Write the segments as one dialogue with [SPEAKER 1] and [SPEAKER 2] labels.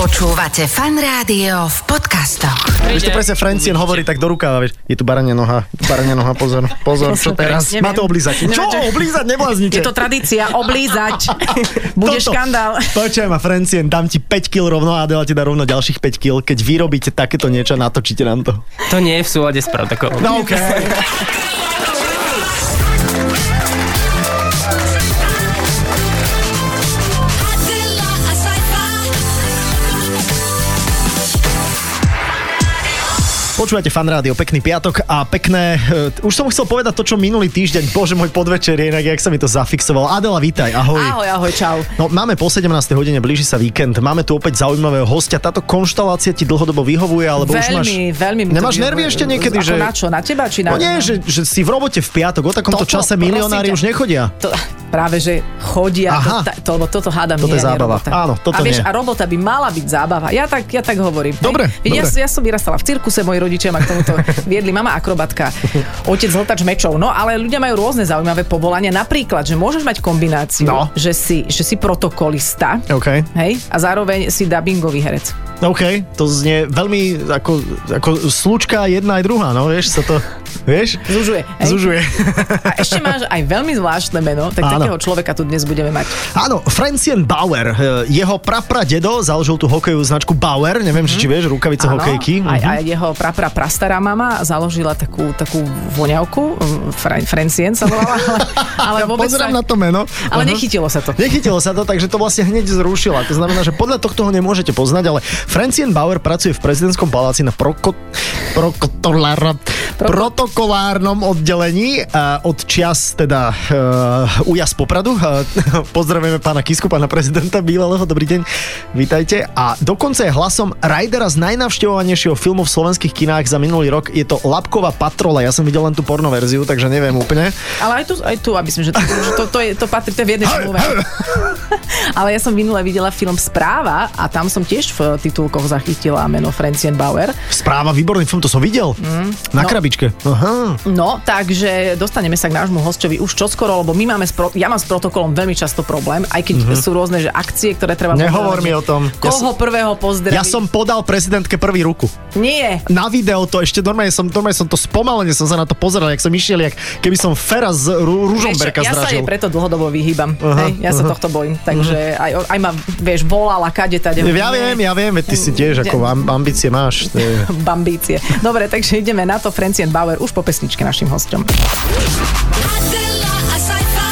[SPEAKER 1] Počúvate fan rádio v podcastoch.
[SPEAKER 2] Vieš to presne Francien hovorí tak do rukáva, vieš, je tu barania noha, barania noha, pozor, pozor, čo teraz?
[SPEAKER 3] Neviem.
[SPEAKER 2] Má to oblízať. Čo? Oblízať nebláznite.
[SPEAKER 3] Je to tradícia, oblízať. Bude
[SPEAKER 2] Toto.
[SPEAKER 3] škandál.
[SPEAKER 2] Počujem ma, Francien, dám ti 5 kg rovno a Adela ti dá rovno ďalších 5 kg. Keď vyrobíte takéto niečo, natočíte nám to.
[SPEAKER 4] To nie je v súlade s protokolom.
[SPEAKER 2] No OK.
[SPEAKER 5] Adela a Saifa.
[SPEAKER 2] Počúvate fan rádio, pekný piatok a pekné... e, t- už som chcel povedať to, čo minulý týždeň, bože môj podvečer, inak jak sa mi to zafixovalo. Adela, vítaj, ahoj.
[SPEAKER 3] Ahoj, ahoj, čau.
[SPEAKER 2] No máme po 17. hodine, blíži sa víkend, máme tu opäť zaujímavého hostia. Táto konštalácia ti dlhodobo vyhovuje, alebo už máš...
[SPEAKER 3] Veľmi, veľmi. mi to
[SPEAKER 2] Nemáš
[SPEAKER 3] vyhovuje.
[SPEAKER 2] nervy ešte niekedy,
[SPEAKER 3] Ako
[SPEAKER 2] že...
[SPEAKER 3] Na čo, na teba či
[SPEAKER 2] No
[SPEAKER 3] na...
[SPEAKER 2] nie, že, že si v robote v piatok, o takomto
[SPEAKER 3] Toto,
[SPEAKER 2] čase
[SPEAKER 3] prosím
[SPEAKER 2] milionári
[SPEAKER 3] ťa.
[SPEAKER 2] už nechodia.
[SPEAKER 3] To, práve, že chodia,
[SPEAKER 2] Aha.
[SPEAKER 3] to, ta- to, no, toto hádam
[SPEAKER 2] Toto
[SPEAKER 3] nie,
[SPEAKER 2] je
[SPEAKER 3] nie
[SPEAKER 2] zábava.
[SPEAKER 3] robota.
[SPEAKER 2] Áno, toto
[SPEAKER 3] a vieš,
[SPEAKER 2] nie.
[SPEAKER 3] a robota by mala byť zábava. Ja tak, ja tak hovorím.
[SPEAKER 2] Dobre,
[SPEAKER 3] Veď Ja,
[SPEAKER 2] dobre.
[SPEAKER 3] ja, som vyrastala v cirkuse, moji rodičia ma k tomuto viedli. Mama akrobatka, otec hltač mečov. No ale ľudia majú rôzne zaujímavé povolania. Napríklad, že môžeš mať kombináciu,
[SPEAKER 2] No.
[SPEAKER 3] že, si, že si protokolista,
[SPEAKER 2] OK.
[SPEAKER 3] hej, a zároveň si dubbingový herec.
[SPEAKER 2] OK, to znie veľmi ako, ako slučka jedna aj druhá, no vieš, sa to, vieš?
[SPEAKER 3] Zužuje. Hej?
[SPEAKER 2] Zužuje.
[SPEAKER 3] A ešte máš aj veľmi zvláštne meno, tak
[SPEAKER 2] Áno.
[SPEAKER 3] Áno. takého človeka tu dnes budeme mať.
[SPEAKER 2] Áno, Francien Bauer, eh, jeho prapradedo založil tú hokejovú značku Bauer, neviem, či či vieš, rukavice
[SPEAKER 3] Mhm. Áno,
[SPEAKER 2] hokejky.
[SPEAKER 3] Aj,
[SPEAKER 2] Mhm.
[SPEAKER 3] aj jeho prapra prastará mama založila takú, takú voňavku, mm, Fra- Francien sa volala, ale, ale
[SPEAKER 2] Ja
[SPEAKER 3] vôbec
[SPEAKER 2] pozerám
[SPEAKER 3] sa,
[SPEAKER 2] na Mhm. to meno.
[SPEAKER 3] Ale
[SPEAKER 2] Aha.
[SPEAKER 3] nechytilo sa to.
[SPEAKER 2] Nechytilo sa to, takže to vlastne hneď zrušila. To znamená, že podľa tohto ho nemôžete poznať, ale Francien Bauer pracuje v prezidentskom paláci na proko, prokotolar- protokolárnom oddelení a od čias teda uh, ujas popradu. Uh, pozdravujeme pána Kisku, pána prezidenta Bíleleho, dobrý deň, vítajte. A dokonca je hlasom Rajdera z najnavštevovanejšieho filmu v slovenských kinách za minulý rok. Je to Lapková patrola, ja som videl len tú porno verziu, takže neviem úplne.
[SPEAKER 3] ale aj tu, aj tu, aby som, že to, že to, to, je, to patrí, to je v jednej zmluve. ale ja som minule videla film Správa a tam som tiež v titulkoch zachytila meno Francien Bauer.
[SPEAKER 2] Správa, výborný film, to som videl. Mm, na
[SPEAKER 3] no.
[SPEAKER 2] krabičke. Aha.
[SPEAKER 3] No, takže dostaneme sa k nášmu hostovi už čoskoro, lebo my máme, s pro, ja mám s protokolom veľmi často problém, aj keď mm-hmm. sú rôzne že akcie, ktoré treba...
[SPEAKER 2] Mhm. Nehovor
[SPEAKER 3] pozdravať,
[SPEAKER 2] mi
[SPEAKER 3] že
[SPEAKER 2] o tom. Ja
[SPEAKER 3] Koho prvého pozdraviť?
[SPEAKER 2] Ja som podal prezidentke prvý ruku.
[SPEAKER 3] Nie.
[SPEAKER 2] Na video to ešte normálne som, normálne som to spomalene som sa na to pozeral, jak som išiel, jak keby som Fera z Ru- Ružomberka
[SPEAKER 3] Vieš čo, ja sa jej
[SPEAKER 2] zdražil.
[SPEAKER 3] preto dlhodobo vyhýbam.
[SPEAKER 2] Aha,
[SPEAKER 3] hej? Ja sa
[SPEAKER 2] aha. Mhm.
[SPEAKER 3] tohto bojím. Takže aj, aj ma, vieš, volala kade tade.
[SPEAKER 2] Ja viem, ja viem, veď ty si tiež ako am- ambície máš. To je...
[SPEAKER 3] Bambície. Dobre, takže ideme na to. Francien Bauer už po pesničke našim hostom.
[SPEAKER 5] Adela a Saifa.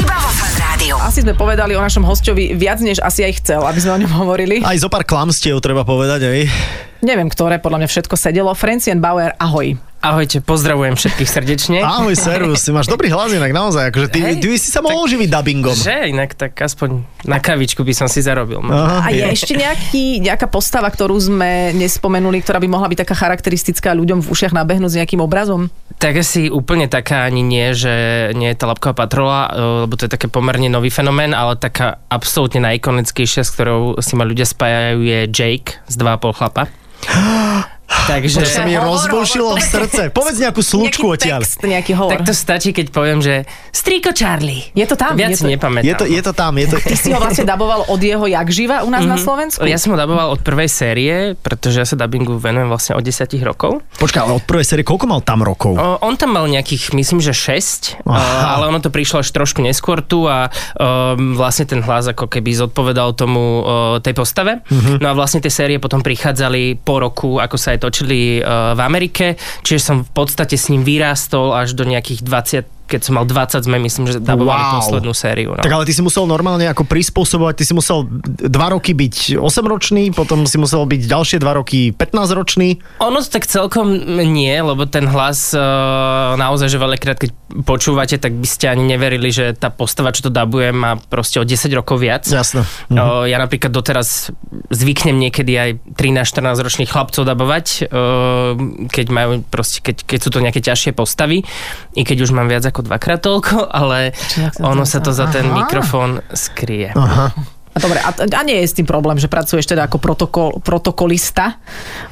[SPEAKER 1] Iba vo fan rádiu.
[SPEAKER 3] Asi sme povedali o našom hostovi viac, než asi aj chcel, aby sme o ňom hovorili.
[SPEAKER 2] Aj zo pár klamstiev treba povedať, aj.
[SPEAKER 3] Neviem, ktoré, podľa mňa všetko sedelo. Francien Bauer, ahoj.
[SPEAKER 4] Ahojte, pozdravujem všetkých srdečne.
[SPEAKER 2] Ahoj, Serus, ty máš dobrý hlas inak, naozaj. Akože ty,
[SPEAKER 4] Hej,
[SPEAKER 2] ty by si sa mohol živiť dubbingom.
[SPEAKER 4] Že inak tak aspoň na kavičku by som si zarobil. No.
[SPEAKER 2] Aha,
[SPEAKER 3] A je
[SPEAKER 2] je.
[SPEAKER 3] ešte nejaký, nejaká postava, ktorú sme nespomenuli, ktorá by mohla byť taká charakteristická ľuďom v ušiach nabehnúť s nejakým obrazom?
[SPEAKER 4] Tak asi úplne taká ani nie, že nie je tá labková patrola, eh, lebo to je také pomerne nový fenomén, ale taká absolútne najikonickejšia, s ktorou si ma ľudia spájajú, je Jake z 2,5 chlapa.
[SPEAKER 2] To
[SPEAKER 4] Takže...
[SPEAKER 2] sa mi
[SPEAKER 3] Hovor,
[SPEAKER 2] rozbušilo
[SPEAKER 3] hovor.
[SPEAKER 2] srdce. Povedz nejakú slučku
[SPEAKER 3] nejaký
[SPEAKER 2] odtiaľ.
[SPEAKER 3] text, nejaký hovor.
[SPEAKER 4] Tak to stačí, keď poviem, že striko Charlie.
[SPEAKER 3] Je to tam,
[SPEAKER 4] Viac
[SPEAKER 3] je to-
[SPEAKER 4] nepamätám.
[SPEAKER 2] Je to, je to tam, je to...
[SPEAKER 3] Ty si ho vlastne daboval od jeho jak živa u nás na Slovensku?
[SPEAKER 4] Ja som ho daboval od prvej série, pretože ja sa dabingu venujem vlastne od 10 rokov.
[SPEAKER 2] Počkaj, ale od prvej série, koľko mal tam rokov?
[SPEAKER 4] O, on tam mal nejakých, myslím, že 6,
[SPEAKER 2] Aha.
[SPEAKER 4] ale ono to prišlo až trošku neskôr tu a um, vlastne ten hlas ako keby zodpovedal tomu uh, tej postave.
[SPEAKER 2] Mhm.
[SPEAKER 4] No a vlastne tie série potom prichádzali po roku, ako sa aj točili uh, v Amerike, čiže som v podstate s ním vyrástol až do nejakých 20 keď som mal 20, sme myslím, že dabovali
[SPEAKER 2] Wow.
[SPEAKER 4] poslednú sériu. No.
[SPEAKER 2] Tak ale ty si musel normálne ako prispôsobovať, ty si musel 2 roky byť 8-ročný, potom si musel byť ďalšie 2 roky 15-ročný.
[SPEAKER 4] Ono to tak celkom nie, lebo ten hlas e, naozaj, že veľakrát, keď počúvate, tak by ste ani neverili, že tá postava, čo to dabuje, má proste o 10 rokov viac.
[SPEAKER 2] Jasné.
[SPEAKER 3] Mhm.
[SPEAKER 4] O, ja napríklad doteraz zvyknem niekedy aj 13-14 ročných chlapcov dabovať, o, keď majú proste, keď, keď sú to nejaké ťažšie postavy, i keď už mám viac ako dvakrát toľko, ale
[SPEAKER 3] Čiže ak sa
[SPEAKER 4] ono
[SPEAKER 3] to-
[SPEAKER 4] sa to za ten
[SPEAKER 3] Aha.
[SPEAKER 4] mikrofón skrie.
[SPEAKER 2] Aha.
[SPEAKER 3] A dobre, a, a nie je s tým problém, že pracuješ teda ako protokol, protokolista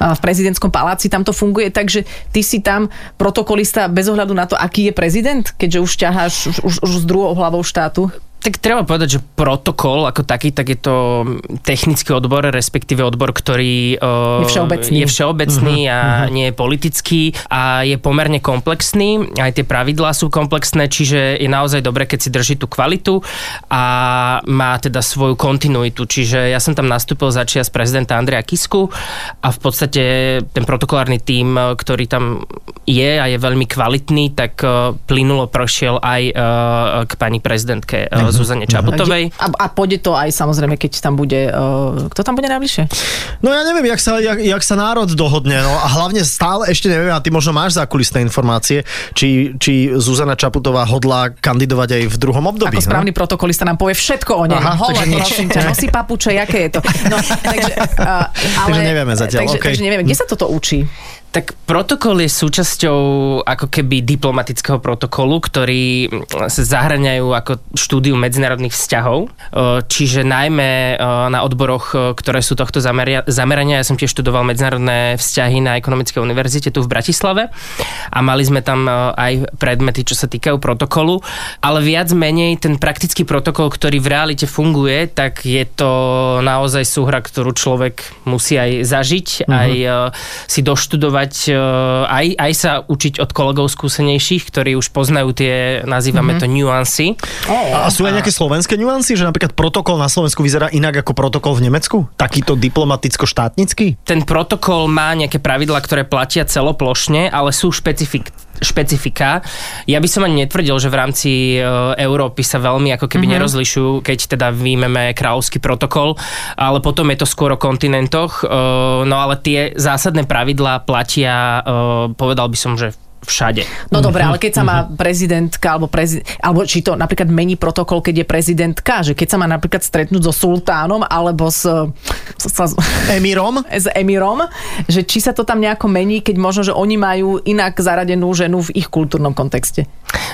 [SPEAKER 3] a v prezidentskom paláci, tam to funguje, takže ty si tam protokolista bez ohľadu na to, aký je prezident, keďže už ťaháš už, už, už s druhou hlavou štátu.
[SPEAKER 4] tak treba povedať, že protokol ako taký, tak je to technický odbor, respektíve odbor, ktorý eh,
[SPEAKER 3] Je všeobecný.
[SPEAKER 4] je všeobecný uh-huh, a uh-huh. nie je politický a je pomerne komplexný. Aj tie pravidlá sú komplexné, čiže je naozaj dobre, keď si drží tú kvalitu a má teda svoju kontinuitu. Čiže ja som tam nastúpil za čias prezidenta Andreja Kisku a v podstate ten protokolárny tím, eh, ktorý tam je a je veľmi kvalitný, tak eh, plynulo prošiel aj eh, k pani prezidentke eh, Zuzane Čaputovej.
[SPEAKER 3] A, a pôjde to aj samozrejme, keď tam bude... Uh, kto tam bude najbližšie?
[SPEAKER 2] No ja neviem, jak sa, jak, jak sa národ dohodne, no a hlavne stále ešte neviem, a ty možno máš zákulisné informácie, či, či Zuzana Čaputová hodlá kandidovať aj v druhom období. no?
[SPEAKER 3] Ako správny protokolista nám povie všetko o nej.
[SPEAKER 2] Aha,
[SPEAKER 3] Hovor,
[SPEAKER 2] takže nič.
[SPEAKER 3] prosím ťa, nosí papuče, jaké je to. No, takže, uh, ale,
[SPEAKER 2] Takže nevieme zatiaľ,
[SPEAKER 3] Takže,
[SPEAKER 2] okej.
[SPEAKER 3] takže nevieme, kde sa toto učí?
[SPEAKER 4] Tak protokol je súčasťou ako keby diplomatického protokolu, ktorý mm, sa zahraňajú ako štúdiu medzinárodných vzťahov, E, čiže najmä e, na odboroch, e, ktoré sú tohto zameria- zamerania. Ja som tiež študoval medzinárodné vzťahy na Ekonomickej univerzite tu v Bratislave a mali sme tam e, aj predmety, čo sa týkajú protokolu, ale viac menej ten praktický protokol, ktorý v realite funguje, tak je to naozaj súhra, ktorú človek musí aj zažiť, aj e, si doštudovať, e, aj, aj sa učiť od kolegov skúsenejších, ktorí už poznajú tie, nazývame to, nuancy.
[SPEAKER 2] A sú aj nejaké slovenské nuancy, že napríklad protokol na Slovensku vyzerá inak ako protokol v Nemecku? Takýto diplomaticko-štátnický?
[SPEAKER 4] Ten protokol má nejaké pravidla, ktoré platia celoplošne, ale sú špecifik špecifika. Ja by som ani netvrdil, že v rámci e, Európy sa veľmi ako keby mm-hmm. nerozlišujú, keď teda výjmeme kráľovský protokol, ale potom je to skôr o kontinentoch. E, No ale tie zásadné pravidlá platia, e, povedal by som, že všade.
[SPEAKER 3] No dobre, ale keď sa
[SPEAKER 2] Mhm.
[SPEAKER 3] má prezidentka, alebo, prezi- alebo či to napríklad mení protokol, keď je prezidentka, že keď sa má napríklad stretnúť so sultánom alebo s, s, s,
[SPEAKER 2] Emírom?
[SPEAKER 3] s emírom, že či sa to tam nejako mení, keď možno, že oni majú inak zaradenú ženu v ich kultúrnom kontexte.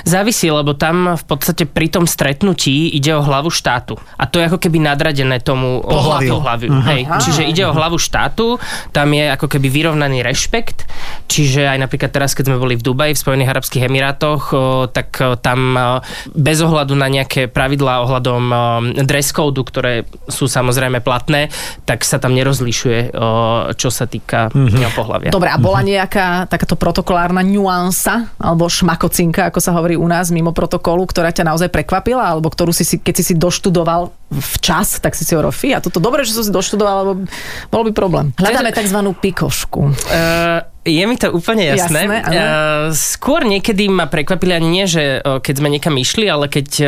[SPEAKER 4] Závisí, lebo tam v podstate pri tom stretnutí ide o hlavu štátu. A to je ako keby nadradené tomu
[SPEAKER 2] Pohlaviu.
[SPEAKER 4] Pohlaviu. Hej. Čiže ide o hlavu štátu, tam je ako keby vyrovnaný rešpekt. Čiže aj napríklad teraz, keď sme boli v Dubaji, v Spojených Arabských Emirátoch, o, tak o, tam o, bez ohľadu na nejaké pravidlá ohľadom o, dress code, ktoré sú samozrejme platné, tak sa tam nerozlišuje, o, čo sa týka mm-hmm. pohľavia.
[SPEAKER 3] Dobre, a bola nejaká takáto protokolárna nuansa alebo šmakocinka, ako sa hovorí u nás mimo protokolu, ktorá ťa naozaj prekvapila, alebo ktorú si, si keď si si doštudoval včas, tak si si ho rofi. A toto dobre, že som si doštudoval, lebo bol by problém. Hľadáme tzv. pikošku.
[SPEAKER 4] Uh, je mi to úplne jasné.
[SPEAKER 3] Jasné, áno.
[SPEAKER 4] uh, skôr niekedy ma prekvapili ani nie, že uh, keď sme niekam išli, ale keď uh,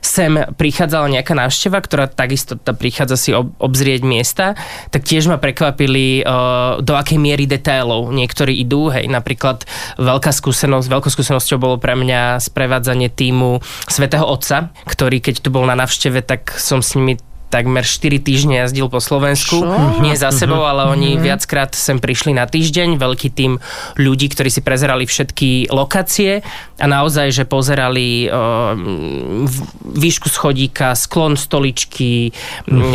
[SPEAKER 4] sem prichádzala nejaká návšteva, ktorá takisto tá prichádza si ob- obzrieť miesta, tak tiež ma prekvapili, uh, do akej miery detailov niektorí idú. Hej, napríklad veľká skúsenosť, veľkou skúsenosťou bolo pre mňa sprevádzanie týmu Svetého Otca, ktorý keď tu bol na návšteve, tak som s nimi takmer 4 týždne jazdil po Slovensku. Mhm.
[SPEAKER 3] Čo?
[SPEAKER 4] Nie za sebou, ale oni viackrát sem prišli na týždeň. Veľký tým ľudí, ktorí si prezerali všetky lokácie a naozaj, že pozerali ehm, v- výšku schodíka, sklon stoličky, mm, eh,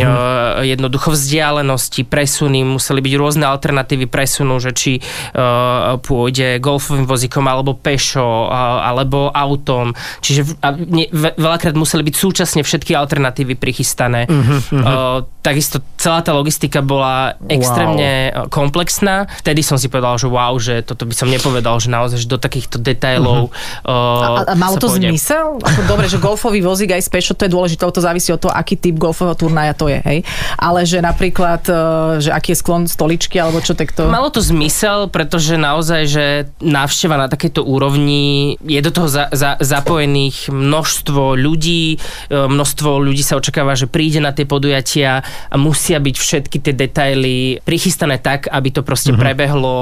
[SPEAKER 4] jednoducho vzdialenosti, presuny, museli byť rôzne alternatívy presunu, že či eh, pôjde golfovým vozíkom alebo pešo, a- alebo autom. Čiže v- a ne- ve- veľakrát museli byť súčasne všetky alternatívy prichystané. Uh, takisto celá tá logistika bola extrémne wow. komplexná. Vtedy som si povedal, že wow, že toto by som nepovedal, že naozaj že do takýchto detailov uh,
[SPEAKER 3] A, a malo
[SPEAKER 4] sa
[SPEAKER 3] to
[SPEAKER 4] pôjde.
[SPEAKER 3] zmysel? Ako, dobre, že golfový vozík aj spešo, to je dôležité, lebo to závisí od toho, aký typ golfového turnaja to je, hej. Ale že napríklad, e, že aký je sklon stoličky, alebo čo tak to...
[SPEAKER 4] Malo to zmysel, pretože naozaj, že návšteva na takejto úrovni je do toho za, za, zapojených množstvo ľudí, e, množstvo ľudí sa očakáva, že príde na tie podujatia a musia byť všetky tie detaily prichystané tak, aby to proste
[SPEAKER 3] Mhm.
[SPEAKER 4] mm-hmm. prebehlo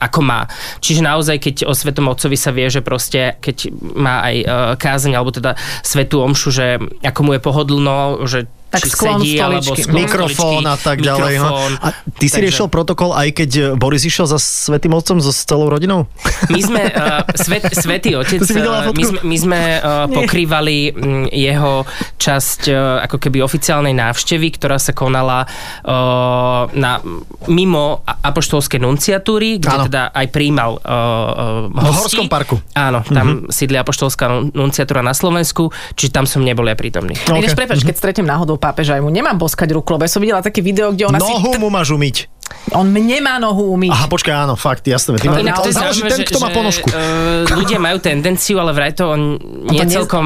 [SPEAKER 4] ako má. Čiže naozaj, keď o Svetom Otcovi sa vie, že proste, keď má aj e, kázeň, alebo teda Svetú Omšu, že ako mu je pohodlno, že
[SPEAKER 3] Tak
[SPEAKER 4] či
[SPEAKER 3] sklon
[SPEAKER 4] sedí, alebo
[SPEAKER 3] stoličky.
[SPEAKER 4] sklon
[SPEAKER 2] mikrofón
[SPEAKER 4] stoličky,
[SPEAKER 2] a tak ďalej. no.
[SPEAKER 4] mikrofón.
[SPEAKER 2] A ty si
[SPEAKER 4] Takže-
[SPEAKER 2] riešil protokol, aj keď eh, Boris išiel za Svetým Otcom so s celou rodinou?
[SPEAKER 4] My sme, uh, svet, Svetý Otec,
[SPEAKER 2] To si videla
[SPEAKER 4] uh,
[SPEAKER 2] fotku?
[SPEAKER 4] my sme, my sme uh, pokrývali mm, jeho časť uh, ako keby oficiálnej návštevy, ktorá sa konala uh, na, mimo a- apoštolskej nunciatúry, kde
[SPEAKER 2] Áno.
[SPEAKER 4] ano. teda aj príjmal uh, uh,
[SPEAKER 2] V
[SPEAKER 4] hosti.
[SPEAKER 2] Horskom parku. Mhm.
[SPEAKER 4] Áno, tam mm-hmm. sídli apoštolská nun- nunciatúra na Slovensku, čiže tam som nebol ja prítomný.
[SPEAKER 3] Okay.
[SPEAKER 2] OK.
[SPEAKER 3] Ináč, prepáč, keď stretnem náhodou pápeža, aj mu nemám boskať ruku, lebo ja som videla také video, kde ona si...
[SPEAKER 2] Nohu mu máš umyť.
[SPEAKER 3] On mne má nohu umyť.
[SPEAKER 2] Aha, počkaj, áno, fakt, jasné. Ty
[SPEAKER 4] No,
[SPEAKER 2] ma,
[SPEAKER 4] inak
[SPEAKER 2] to
[SPEAKER 4] je
[SPEAKER 2] záleží
[SPEAKER 4] zaujímavé,
[SPEAKER 2] ten, kto má ponožku.
[SPEAKER 4] Že, uh, ľudia majú tendenciu, ale vraj to on nie
[SPEAKER 3] to nie-
[SPEAKER 4] celkom,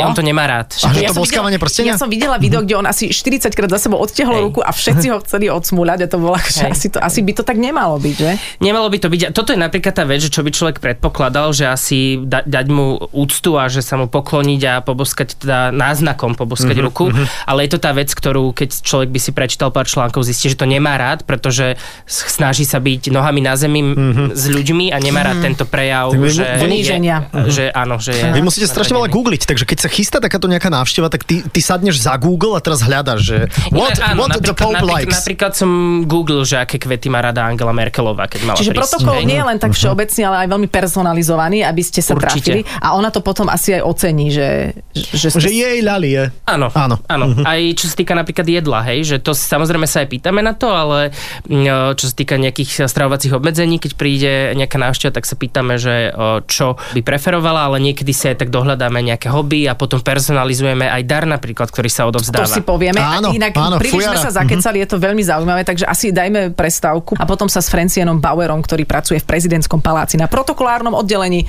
[SPEAKER 4] no. on to nemá rád.
[SPEAKER 2] A že
[SPEAKER 3] Ja
[SPEAKER 2] to
[SPEAKER 3] som
[SPEAKER 2] boskávanie
[SPEAKER 3] videla-
[SPEAKER 2] prstenia? Mhm.
[SPEAKER 3] Ja som videla video, kde on asi 40 krát za sebou odtiahol
[SPEAKER 4] Hej.
[SPEAKER 3] ruku a všetci ho chceli odsmúľať a to bolo akože
[SPEAKER 4] Hej.
[SPEAKER 3] asi, to, asi by to tak nemalo byť, že?
[SPEAKER 4] Nemalo by to byť. a Toto je napríklad tá vec, že čo by človek predpokladal, že asi da, dať mu úctu a že sa mu pokloniť a poboskať teda náznakom poboskať mm-hmm,
[SPEAKER 2] Mhm,
[SPEAKER 4] ruku, mm-hmm. ale je to tá vec, ktorú keď človek by si prečítal pár článkov, zistí, že to nemá rád, pretože s- snaží sa byť nohami na zemi mm-hmm. s ľuďmi a nemá
[SPEAKER 3] Mhm.
[SPEAKER 4] rád tento prejav,
[SPEAKER 2] Mhm. Tak vy mu-
[SPEAKER 4] že,
[SPEAKER 3] Poníženia.
[SPEAKER 4] Je, Mhm. že áno, že je.
[SPEAKER 2] Vy musíte strašne veľa
[SPEAKER 4] nadredený.
[SPEAKER 2] googliť, takže keď sa chystá takáto nejaká návšteva, tak ty, ty sadneš za Google a teraz hľadaš, že what,
[SPEAKER 4] Inak
[SPEAKER 2] what the Pope
[SPEAKER 4] napríklad,
[SPEAKER 2] likes.
[SPEAKER 4] napríklad som googlil, že aké kvety má rada Angela Merkelová, keď mala
[SPEAKER 3] Čiže
[SPEAKER 4] prísť.
[SPEAKER 3] protokol
[SPEAKER 4] Hej.
[SPEAKER 2] no.
[SPEAKER 3] nie je len
[SPEAKER 2] Mhm.
[SPEAKER 3] tak všeobecný, ale aj veľmi personalizovaný, aby ste sa
[SPEAKER 4] Určite.
[SPEAKER 3] trafili. A ona to potom asi aj ocení, že, že,
[SPEAKER 2] Že
[SPEAKER 3] ste-
[SPEAKER 2] jej ľalie.
[SPEAKER 4] Áno,
[SPEAKER 2] Áno. Mhm.
[SPEAKER 4] áno. áno. Mm-hmm. Aj čo sa týka napríklad jedla, hej, že to si- samozrejme sa aj pýtame na to, ale mm, čo sa týka nejakých stravovacích obmedzení, keď príde nejaká návšteva, tak sa pýtame, že o, čo by preferovala, ale niekedy si aj tak dohľadáme nejaké hobby a potom personalizujeme aj dar napríklad, ktorý sa
[SPEAKER 3] To
[SPEAKER 4] odovzdáva.
[SPEAKER 3] si povieme.
[SPEAKER 2] Áno,
[SPEAKER 3] Áno, Inak
[SPEAKER 2] áno,
[SPEAKER 3] áno, príliš
[SPEAKER 2] fujara. Mhm.
[SPEAKER 3] sme sa zakecali, je to veľmi zaujímavé, takže asi dajme prestávku a potom sa s Francienom Bauerom, ktorý pracuje v prezidentskom paláci na protokolárnom oddelení,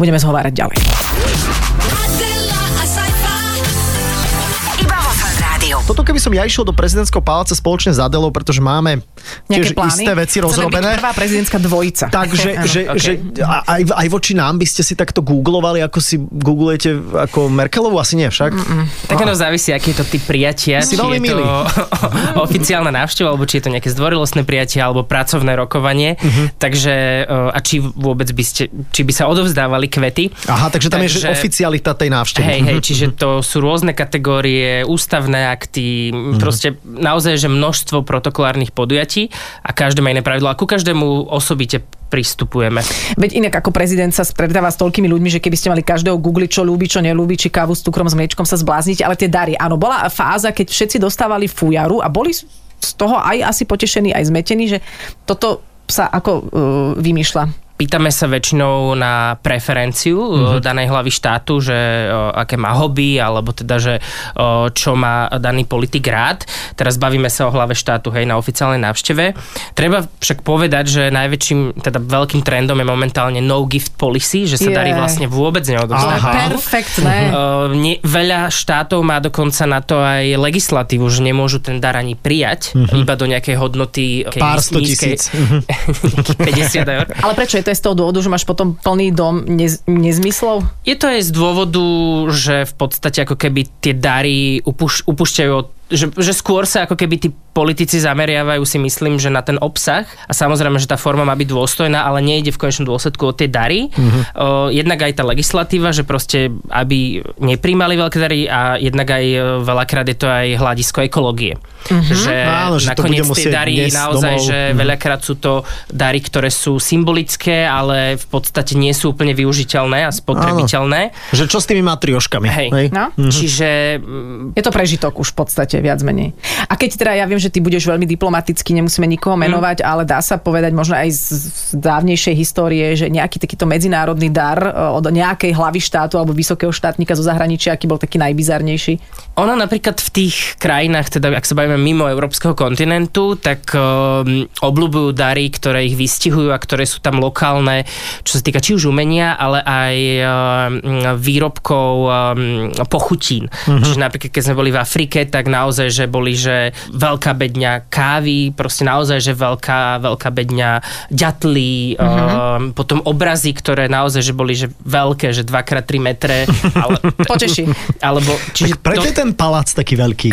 [SPEAKER 3] budeme zhovárať ďalej.
[SPEAKER 5] Adela, a sci-fi.
[SPEAKER 1] Iba vo Fan Rádiu.
[SPEAKER 2] Toto keby som ja išiel do prezidentského paláca spoločne s Adelou, pretože máme
[SPEAKER 3] Nejaké
[SPEAKER 2] tiež
[SPEAKER 3] plány?
[SPEAKER 2] isté veci
[SPEAKER 3] Chceme byť
[SPEAKER 2] rozrobené.
[SPEAKER 3] Prvá prezidentská dvojica.
[SPEAKER 2] Takže
[SPEAKER 4] Áno,
[SPEAKER 2] že,
[SPEAKER 4] okej.
[SPEAKER 2] že a- aj, aj voči nám by ste si takto googlovali, ako si googlujete ako Merkelovú? Asi nie však. Mm-mm.
[SPEAKER 4] Tak ono závisí, aký je to typ prijatia, či
[SPEAKER 2] Si
[SPEAKER 4] je
[SPEAKER 2] veľmi
[SPEAKER 4] to
[SPEAKER 2] milý.
[SPEAKER 4] oficiálna návšteva, alebo či je to nejaké zdvorilostné prijatie, alebo pracovné rokovanie.
[SPEAKER 2] Mhm.
[SPEAKER 4] Takže, e, a či vôbec by ste, či by sa odovzdávali kvety.
[SPEAKER 2] Aha, takže tam je že
[SPEAKER 4] Takže-
[SPEAKER 2] oficialita tej návštevy.
[SPEAKER 4] Hej, hej, čiže to sú rôzne kategórie, ústavné akty, proste naozaj, že množstvo protokolárnych podujatí a každé má iné pravidlo a ku každému osobite pristupujeme.
[SPEAKER 3] Veď inak ako prezident sa stretáva s toľkými ľuďmi, že keby ste mali každého googliť, čo ľúbi, čo nelúbi, či kávu s cukrom, s mliečkom sa zbláznite, ale tie dary. Áno, bola fáza, keď všetci dostávali fujaru a boli z toho aj asi potešení, aj zmetení, že toto sa ako uh, vymýšľa.
[SPEAKER 4] Pýtame sa väčšinou na preferenciu mm-hmm. danej hlavy štátu, že o, aké má hobby, alebo teda, že o, čo má daný politik rád. Teraz bavíme sa o hlave štátu, hej, na oficiálnej návšteve. Treba však povedať, že najväčším, teda veľkým trendom je momentálne no gift policy, že sa
[SPEAKER 3] Jej.
[SPEAKER 4] dary vlastne vôbec neodovzdávajú.
[SPEAKER 2] Aha. Mhm.
[SPEAKER 3] Perfektné.
[SPEAKER 4] Uh, nie, veľa štátov má dokonca na to aj legislatívu, že nemôžu ten dar ani prijať, mm-hmm. iba do nejakej hodnoty nejakej
[SPEAKER 2] Mhm. Pár sto
[SPEAKER 4] nízkej-
[SPEAKER 2] tisíc. Mhm.
[SPEAKER 4] nejakých 50 eur.
[SPEAKER 3] Ale prečo? Je to aj z toho dôvodu, že máš potom plný dom nez, nezmyslov?
[SPEAKER 4] Je to aj z dôvodu, že v podstate ako keby tie dary upuš- upúšťajú od že, že skôr sa ako keby tí politici zameriavajú si myslím, že na ten obsah a samozrejme, že tá forma má byť dôstojná, ale nejde v konečnom dôsledku o tie dary.
[SPEAKER 2] Mhm.
[SPEAKER 4] Mm-hmm. O, jednak aj tá legislatíva, že proste aby nepríjmali veľké dary a jednak aj e, veľakrát je to aj hľadisko ekológie. Mm-hmm. Že
[SPEAKER 2] Áno, Mhm. No, že to
[SPEAKER 4] nakoniec
[SPEAKER 2] budem
[SPEAKER 4] tie
[SPEAKER 2] musieť
[SPEAKER 4] dary
[SPEAKER 2] dnes
[SPEAKER 4] naozaj,
[SPEAKER 2] domov.
[SPEAKER 4] že
[SPEAKER 2] Mhm.
[SPEAKER 4] Veľakrát sú to dary, ktoré sú symbolické, ale v podstate nie sú úplne využiteľné a spotrebiteľné.
[SPEAKER 2] Že čo s tými matrioškami?
[SPEAKER 4] Hej.
[SPEAKER 3] No?
[SPEAKER 4] Čiže mm,
[SPEAKER 3] Je to prežitok už v podstate, viac menej. A keď teda ja viem, že ty budeš veľmi diplomatický, nemusíme nikoho
[SPEAKER 2] Mhm.
[SPEAKER 3] menovať, ale dá sa povedať možno aj z z dávnejšej histórie, že nejaký takýto medzinárodný dar e, od nejakej hlavy štátu alebo vysokého štátnika zo zahraničia, aký bol taký najbizarnejší.
[SPEAKER 4] ono napríklad v tých krajinách, teda ak sa bavíme mimo európskeho kontinentu, tak um, obľúbujú dary, ktoré ich vystihujú a ktoré sú tam lokálne, čo sa týka či už umenia, ale aj um, výrobkov um, pochutín. Mm-hmm. Čiže napríklad, keď sme boli v Afrike, tak naozaj, že boli, že veľká bedňa kávy, proste naozaj, že veľká, veľká bedňa ďatlí, mm-hmm. um, potom obrazy, ktoré naozaj, že boli, že veľké, že 2x3 metre, ale,
[SPEAKER 3] Poteší.
[SPEAKER 4] alebo... Čiže
[SPEAKER 2] Preto je ten palác taký veľký.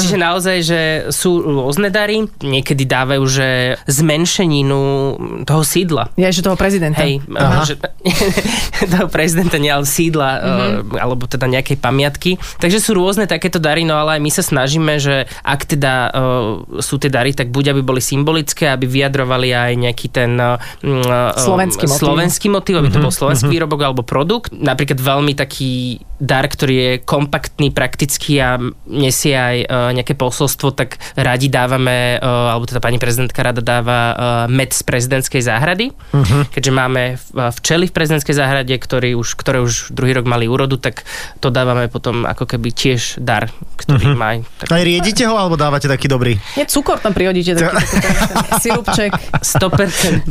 [SPEAKER 4] Čiže naozaj, že sú rôzne dary, niekedy dávajú, že zmenšeninu toho sídla.
[SPEAKER 3] Ja, že toho prezidenta.
[SPEAKER 4] Hej,
[SPEAKER 2] Aha.
[SPEAKER 4] že, toho e,
[SPEAKER 3] Mhm.
[SPEAKER 4] prezidenta, nie, ale sídla, mm-hmm. alebo teda nejakej pamiatky. Takže sú rôzne takéto dary, no ale aj my sa snažíme, že ak teda uh, sú tie dary, tak buď aby boli symbolické, aby vyjadrovali aj nejaký ten uh,
[SPEAKER 3] Slovenský motív.
[SPEAKER 4] slovenský motív, aby to bol slovenský výrobok alebo produkt. Napríklad veľmi taký dar, ktorý je kompaktný, praktický a nesie aj uh, nejaké posolstvo, tak radi dávame, uh, alebo teda pani prezidentka rada dáva uh, med z prezidentskej záhrady, uh-huh. keďže máme v- včely v prezidentskej záhrade, ktorý už, ktoré už druhý rok mali úrodu, tak to dávame potom ako keby tiež dar, ktorý uh-huh. má aj tak
[SPEAKER 2] Aj riedite ho, alebo dávate taký dobrý?
[SPEAKER 3] Nie, cukor tam prihodíte, taký, taký, ten sirupček.
[SPEAKER 4] 100%
[SPEAKER 2] 100%.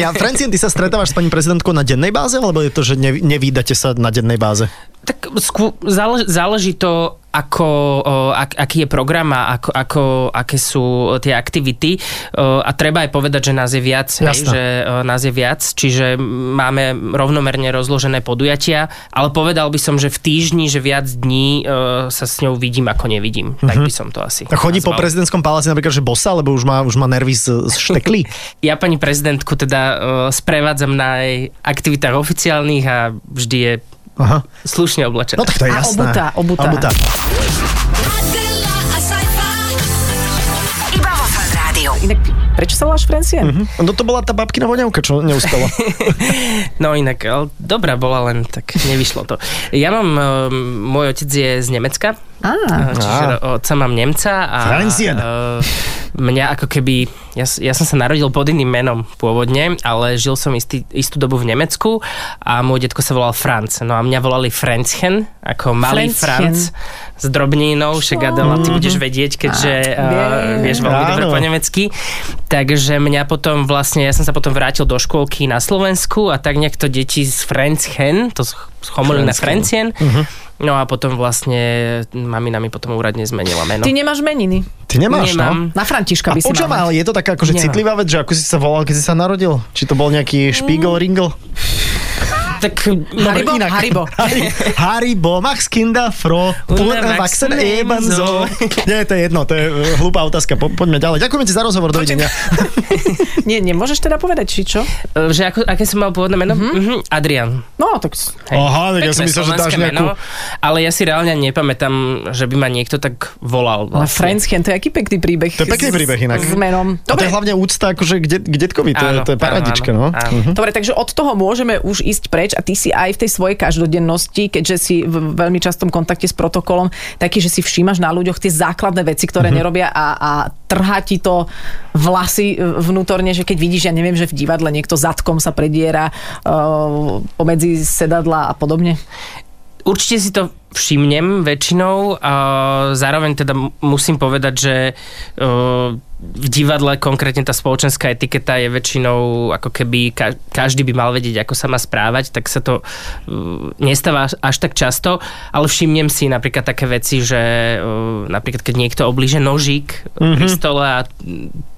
[SPEAKER 2] Ja, Francien, ty sa stretávaš s pani prezidentkou na dennej báze, alebo je to, že ne, nevídate sa na dennej báze?
[SPEAKER 4] Tak skú, zálež, záleží to, ako, o, ak, aký je program a ako, ako, aké sú tie aktivity. O, A treba aj povedať, že nás je viac. Hej,
[SPEAKER 2] Jasné.
[SPEAKER 4] že o, nás je viac, čiže máme rovnomerne rozložené podujatia, ale povedal by som, že v týždni, že viac dní o, sa s ňou vidím ako nevidím. Tak by som to asi
[SPEAKER 2] Mhm. A chodí po
[SPEAKER 4] nazval.
[SPEAKER 2] prezidentskom paláci napríklad, že bosa, lebo už má, už má nervy z, z štekly.
[SPEAKER 4] Ja pani prezidentku teda o, sprevádzam na jej aktivitách oficiálnych a vždy je
[SPEAKER 2] Aha.
[SPEAKER 4] slušne oblečená.
[SPEAKER 2] No tak to je
[SPEAKER 3] A
[SPEAKER 2] jasné.
[SPEAKER 3] obutá,
[SPEAKER 2] obutá.
[SPEAKER 3] obutá.
[SPEAKER 5] Adela, a sci-fi.
[SPEAKER 1] Iba vo fan rádiu.
[SPEAKER 3] Inak, prečo sa voláš Francien? Mm-hmm.
[SPEAKER 2] No to bola tá babkina voňavka, čo neustala.
[SPEAKER 4] No inak, ale dobrá bola, len tak nevyšlo to. Ja mám, um, môj otec je z Nemecka,
[SPEAKER 3] Á,
[SPEAKER 4] eh, čiže
[SPEAKER 2] Á.
[SPEAKER 4] ro- otca mám Nemca a
[SPEAKER 2] Francien.
[SPEAKER 4] eh, mňa ako keby, ja, s- ja som sa narodil pod iným menom pôvodne, ale žil som istý, istú dobu v Nemecku a môj detko sa volal Franz. No a mňa volali Frenzchen, ako malý
[SPEAKER 3] Frenzchen.
[SPEAKER 4] Franz s drobnínou, však Adela, ty budeš vedieť, keďže
[SPEAKER 3] Á,
[SPEAKER 4] uh,
[SPEAKER 3] viem.
[SPEAKER 4] vieš veľmi dobre
[SPEAKER 2] Áno.
[SPEAKER 4] po nemecky. Takže mňa potom vlastne, ja som sa potom vrátil do škôlky na Slovensku a tak nejak to deti z Frenzchen, to schomolili na Frencien,
[SPEAKER 2] Mhm.
[SPEAKER 4] no a potom vlastne mamina mi potom úradne zmenila meno.
[SPEAKER 3] ty nemáš meniny.
[SPEAKER 2] Ty nemáš, no?
[SPEAKER 4] Nemám.
[SPEAKER 3] Na Františka
[SPEAKER 2] A
[SPEAKER 3] by si
[SPEAKER 2] počujem,
[SPEAKER 3] mal.
[SPEAKER 2] ale je to taká akože
[SPEAKER 4] Nemám. Mm.
[SPEAKER 2] citlivá vec, že ako si sa volal, keď si sa narodil? Či to bol nejaký špígel, ringel?
[SPEAKER 4] Tak no,
[SPEAKER 3] Haribo,
[SPEAKER 2] inak.
[SPEAKER 3] Haribo.
[SPEAKER 2] Hari- Haribo, Max Kinda, Fro, Pur, Vaxen, Ebenzo. Nie, to je jedno, to je uh, hlúpa otázka. Po, poďme ďalej. Ďakujem ti za rozhovor, dovidenia.
[SPEAKER 3] Nie, nemôžeš teda povedať, či čo?
[SPEAKER 4] e, že ako, aké som mal pôvodné meno? Mhm, Adrian.
[SPEAKER 3] No, tak s-
[SPEAKER 4] Hej.
[SPEAKER 2] Aha, tak ja som
[SPEAKER 4] Pekné
[SPEAKER 2] myslel, že
[SPEAKER 4] slovenské
[SPEAKER 2] dáš nejakú...
[SPEAKER 4] meno, Ale ja si reálne nepamätám, že by ma niekto tak volal.
[SPEAKER 3] ale
[SPEAKER 4] vlastne.
[SPEAKER 3] Francien, to je aký pekný príbeh.
[SPEAKER 2] To je pekný
[SPEAKER 3] S-
[SPEAKER 2] príbeh inak. Mhm.
[SPEAKER 3] S menom.
[SPEAKER 2] A to
[SPEAKER 3] Dobre,
[SPEAKER 2] je hlavne úcta akože k, det, k detkovi, to, je,
[SPEAKER 4] Áno,
[SPEAKER 2] to je
[SPEAKER 4] áno,
[SPEAKER 2] paradička,
[SPEAKER 4] áno,
[SPEAKER 2] no.
[SPEAKER 4] áno.
[SPEAKER 2] Mhm.
[SPEAKER 3] Dobre, takže od toho môžeme už ísť preč a ty si aj v tej svojej každodennosti, keďže si v veľmi častom kontakte s protokolom, taký, že si všímaš na ľuďoch tie základné veci,
[SPEAKER 2] Mhm.
[SPEAKER 3] ktoré mm-hmm. nerobia a, a trhá ti to vlasy e, vnútorne, že keď vidíš, ja neviem, že v divadle niekto zadkom sa prediera uh, pomedzi sedadla a podobne.
[SPEAKER 4] Určite si to všimnem väčšinou a zároveň teda mu- musím povedať, že eh, v divadle konkrétne tá spoločenská etiketa je väčšinou ako keby ka- každý by mal vedieť, ako sa má správať, tak sa to eh, nestáva až- až tak často, ale všimnem si napríklad také veci, že eh, napríklad keď niekto oblíže nožík mm-hmm.
[SPEAKER 2] Mhm.
[SPEAKER 4] pri stole a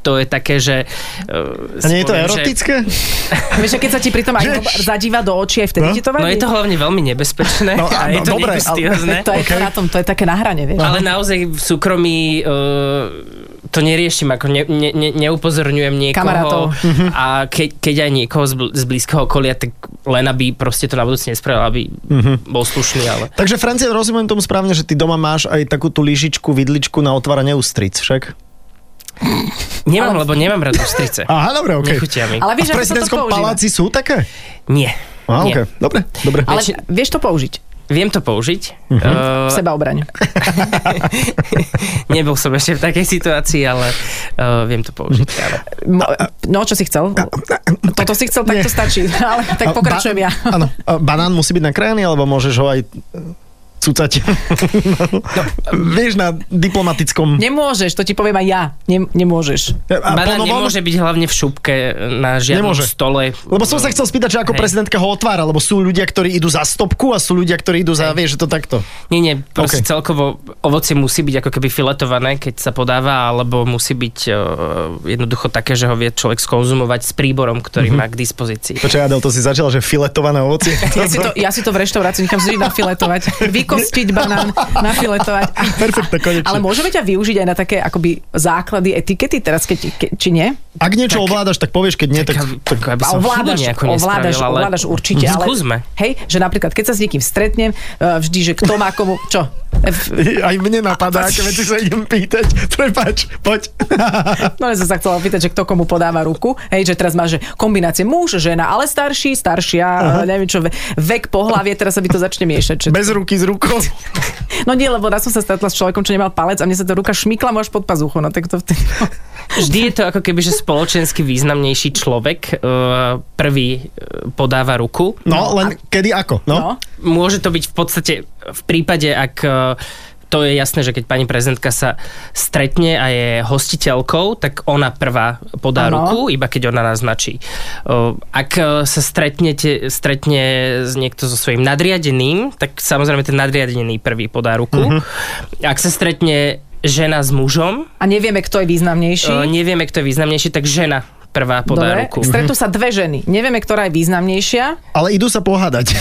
[SPEAKER 4] to je také, že... e,
[SPEAKER 2] A nie je to
[SPEAKER 4] erotické?
[SPEAKER 2] erotické?
[SPEAKER 3] Vieš, že keď sa ti pritom aj zadíva do očí, aj vtedy
[SPEAKER 2] No.
[SPEAKER 3] ti to vadí?
[SPEAKER 4] No je to hlavne veľmi nebezpečné
[SPEAKER 2] No,
[SPEAKER 4] no, a, a
[SPEAKER 2] áno,
[SPEAKER 4] je to
[SPEAKER 2] dobre, ale-
[SPEAKER 4] neúctihodné.
[SPEAKER 3] to, je to, na tom, to je také na hrane, vieš.
[SPEAKER 2] No.
[SPEAKER 4] Ale naozaj v súkromí uh, to neriešim, ako ne, ne, ne, neupozorňujem niekoho.
[SPEAKER 3] Kamarátov.
[SPEAKER 2] Mhm.
[SPEAKER 4] A ke, keď aj niekoho z, bl- z blízkeho okolia, tak len aby proste to na budúce nespravil, aby
[SPEAKER 2] Mhm.
[SPEAKER 4] bol slušný, ale...
[SPEAKER 2] Takže, Francia, rozumiem tomu správne, že ty doma máš aj takú tú lyžičku, vidličku na otváranie ústric, však?
[SPEAKER 4] Nemám, lebo nemám rád ústrice.
[SPEAKER 2] Aha, dobre, okej.
[SPEAKER 4] Nechutia mi.
[SPEAKER 2] A v
[SPEAKER 3] Ale vieš, ako sa to
[SPEAKER 2] prezidentskom
[SPEAKER 3] používa.
[SPEAKER 2] paláci sú také?
[SPEAKER 4] Nie.
[SPEAKER 2] Aha,
[SPEAKER 4] Nie.
[SPEAKER 2] okej. Dobre, dobre.
[SPEAKER 3] Ale
[SPEAKER 4] Väčši-
[SPEAKER 3] vieš to použiť.
[SPEAKER 4] Viem to použiť.
[SPEAKER 2] Mhm.
[SPEAKER 4] Uh,
[SPEAKER 3] V sebaobrane.
[SPEAKER 4] nebol som ešte v takej situácii, ale uh, viem to použiť.
[SPEAKER 2] Mhm.
[SPEAKER 4] Áno.
[SPEAKER 3] Mo- No, čo si chcel? Toto si chcel, tak to stačí. Ale tak
[SPEAKER 2] A
[SPEAKER 3] pokračujem ja.
[SPEAKER 2] Áno, A banán musí byť nakrájaný, alebo môžeš ho aj e, cucať. no, vieš, na diplomatickom... E,
[SPEAKER 3] Nemôžeš, to ti poviem aj ja. Nem, nemôžeš.
[SPEAKER 2] A
[SPEAKER 4] Banán
[SPEAKER 2] ponovom?
[SPEAKER 4] nemôže byť hlavne v šupke eh, na žiadnom
[SPEAKER 2] Nemôže.
[SPEAKER 4] stole.
[SPEAKER 2] Lebo som sa chcel spýtať, že ako
[SPEAKER 4] Hej.
[SPEAKER 2] prezidentka ho otvára, lebo sú ľudia, ktorí idú za stopku a sú ľudia, ktorí idú za, vieš, že to takto.
[SPEAKER 4] Nie, nie, proste
[SPEAKER 2] Ok.
[SPEAKER 4] okay. celkovo ovocie musí byť ako keby filetované, keď sa podáva, alebo musí byť uh, jednoducho také, že ho vie človek skonzumovať s príborom,
[SPEAKER 3] Mhm.
[SPEAKER 4] ktorý mm-hmm. má k dispozícii.
[SPEAKER 2] Počkaj, Adel, to si začal, že filetované ovocie.
[SPEAKER 3] Ja si, to, ja si to v reštaurácii nechám vždy nafiletovať. okostiť banán, nafiletovať.
[SPEAKER 2] Perfektne, konečne.
[SPEAKER 3] Ale môžeme ťa využiť aj na také akoby základy etikety teraz, keď, ke, či nie?
[SPEAKER 2] Ak niečo ovládaš, tak povieš, keď nie, tak...
[SPEAKER 4] tak aby som chybu
[SPEAKER 3] Ovládaš,
[SPEAKER 4] nejako
[SPEAKER 3] ovládaš,
[SPEAKER 4] nespravil, ale...
[SPEAKER 3] ovládaš určite. Ale,
[SPEAKER 4] Skúsme.
[SPEAKER 3] Hej, že napríklad, keď sa s niekým stretnem, e, vždy, že kto má komu... Čo? F-
[SPEAKER 2] Aj mne napadá, aké veci sa idem pýtať. Prepač, poď.
[SPEAKER 3] No ja som sa chcela opýtať, že kto komu podáva ruku. Hej, že teraz máš že kombinácie muž, žena, ale starší, staršia, Aha. neviem čo, ve- vek, pohlavie, teraz sa by to začne miešať. Že...
[SPEAKER 2] Bez ruky s rukou.
[SPEAKER 3] No nie, lebo raz som sa stretla s človekom, čo nemal palec a mne sa to ruka šmykla mu až pod pazucho. No tak to vtedy...
[SPEAKER 4] Vždy je to ako keby, že spoločensky významnejší človek eh, prvý eh, podáva ruku.
[SPEAKER 2] No, len kedy ako, no?
[SPEAKER 3] No.
[SPEAKER 4] Môže to byť v podstate v prípade, ak eh, to je jasné, že keď pani prezidentka sa stretne a je hostiteľkou, tak ona prvá podá
[SPEAKER 3] Áno.
[SPEAKER 4] ruku, iba keď ona naznačí. Eh, Ak eh, sa stretnete, stretne s niekto so svojím nadriadeným, tak samozrejme ten nadriadený prvý podá ruku.
[SPEAKER 3] Mhm.
[SPEAKER 4] Ak sa stretne žena s mužom,
[SPEAKER 3] A nevieme, kto je významnejší.
[SPEAKER 4] Uh, nevieme, kto je významnejší, tak žena prvá podá
[SPEAKER 3] Dobre,
[SPEAKER 4] ruku.
[SPEAKER 3] stretnú sa dve ženy. Nevieme, ktorá je významnejšia.
[SPEAKER 2] Ale idú sa pohádať.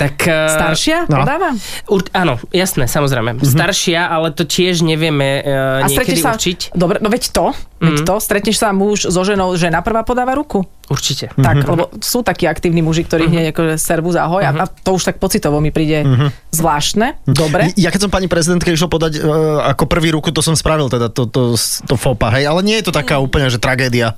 [SPEAKER 4] Tak, uh,
[SPEAKER 3] Staršia?
[SPEAKER 2] no.
[SPEAKER 3] Podáva?
[SPEAKER 4] Ur, áno, jasné, samozrejme. Staršia, ale to tiež nevieme uh, niekedy
[SPEAKER 3] Mhm. sa...
[SPEAKER 4] určiť. Mhm.
[SPEAKER 3] Dobre, no veď to. Veď to. Stretneš sa muž so ženou, žena prvá podáva ruku.
[SPEAKER 4] Určite.
[SPEAKER 3] Tak, lebo sú takí aktívni muži, ktorí
[SPEAKER 4] Mhm.
[SPEAKER 3] hneď akože servus ahoj a, a to už tak pocitovo mi príde zvláštne.
[SPEAKER 4] Mhm.
[SPEAKER 3] Dobre.
[SPEAKER 2] Ja keď som pani prezidentke išiel podať e, ako prvý ruku, to som spravil teda to, to, to fopa, hej. Ale nie je to taká úplne, že tragédia.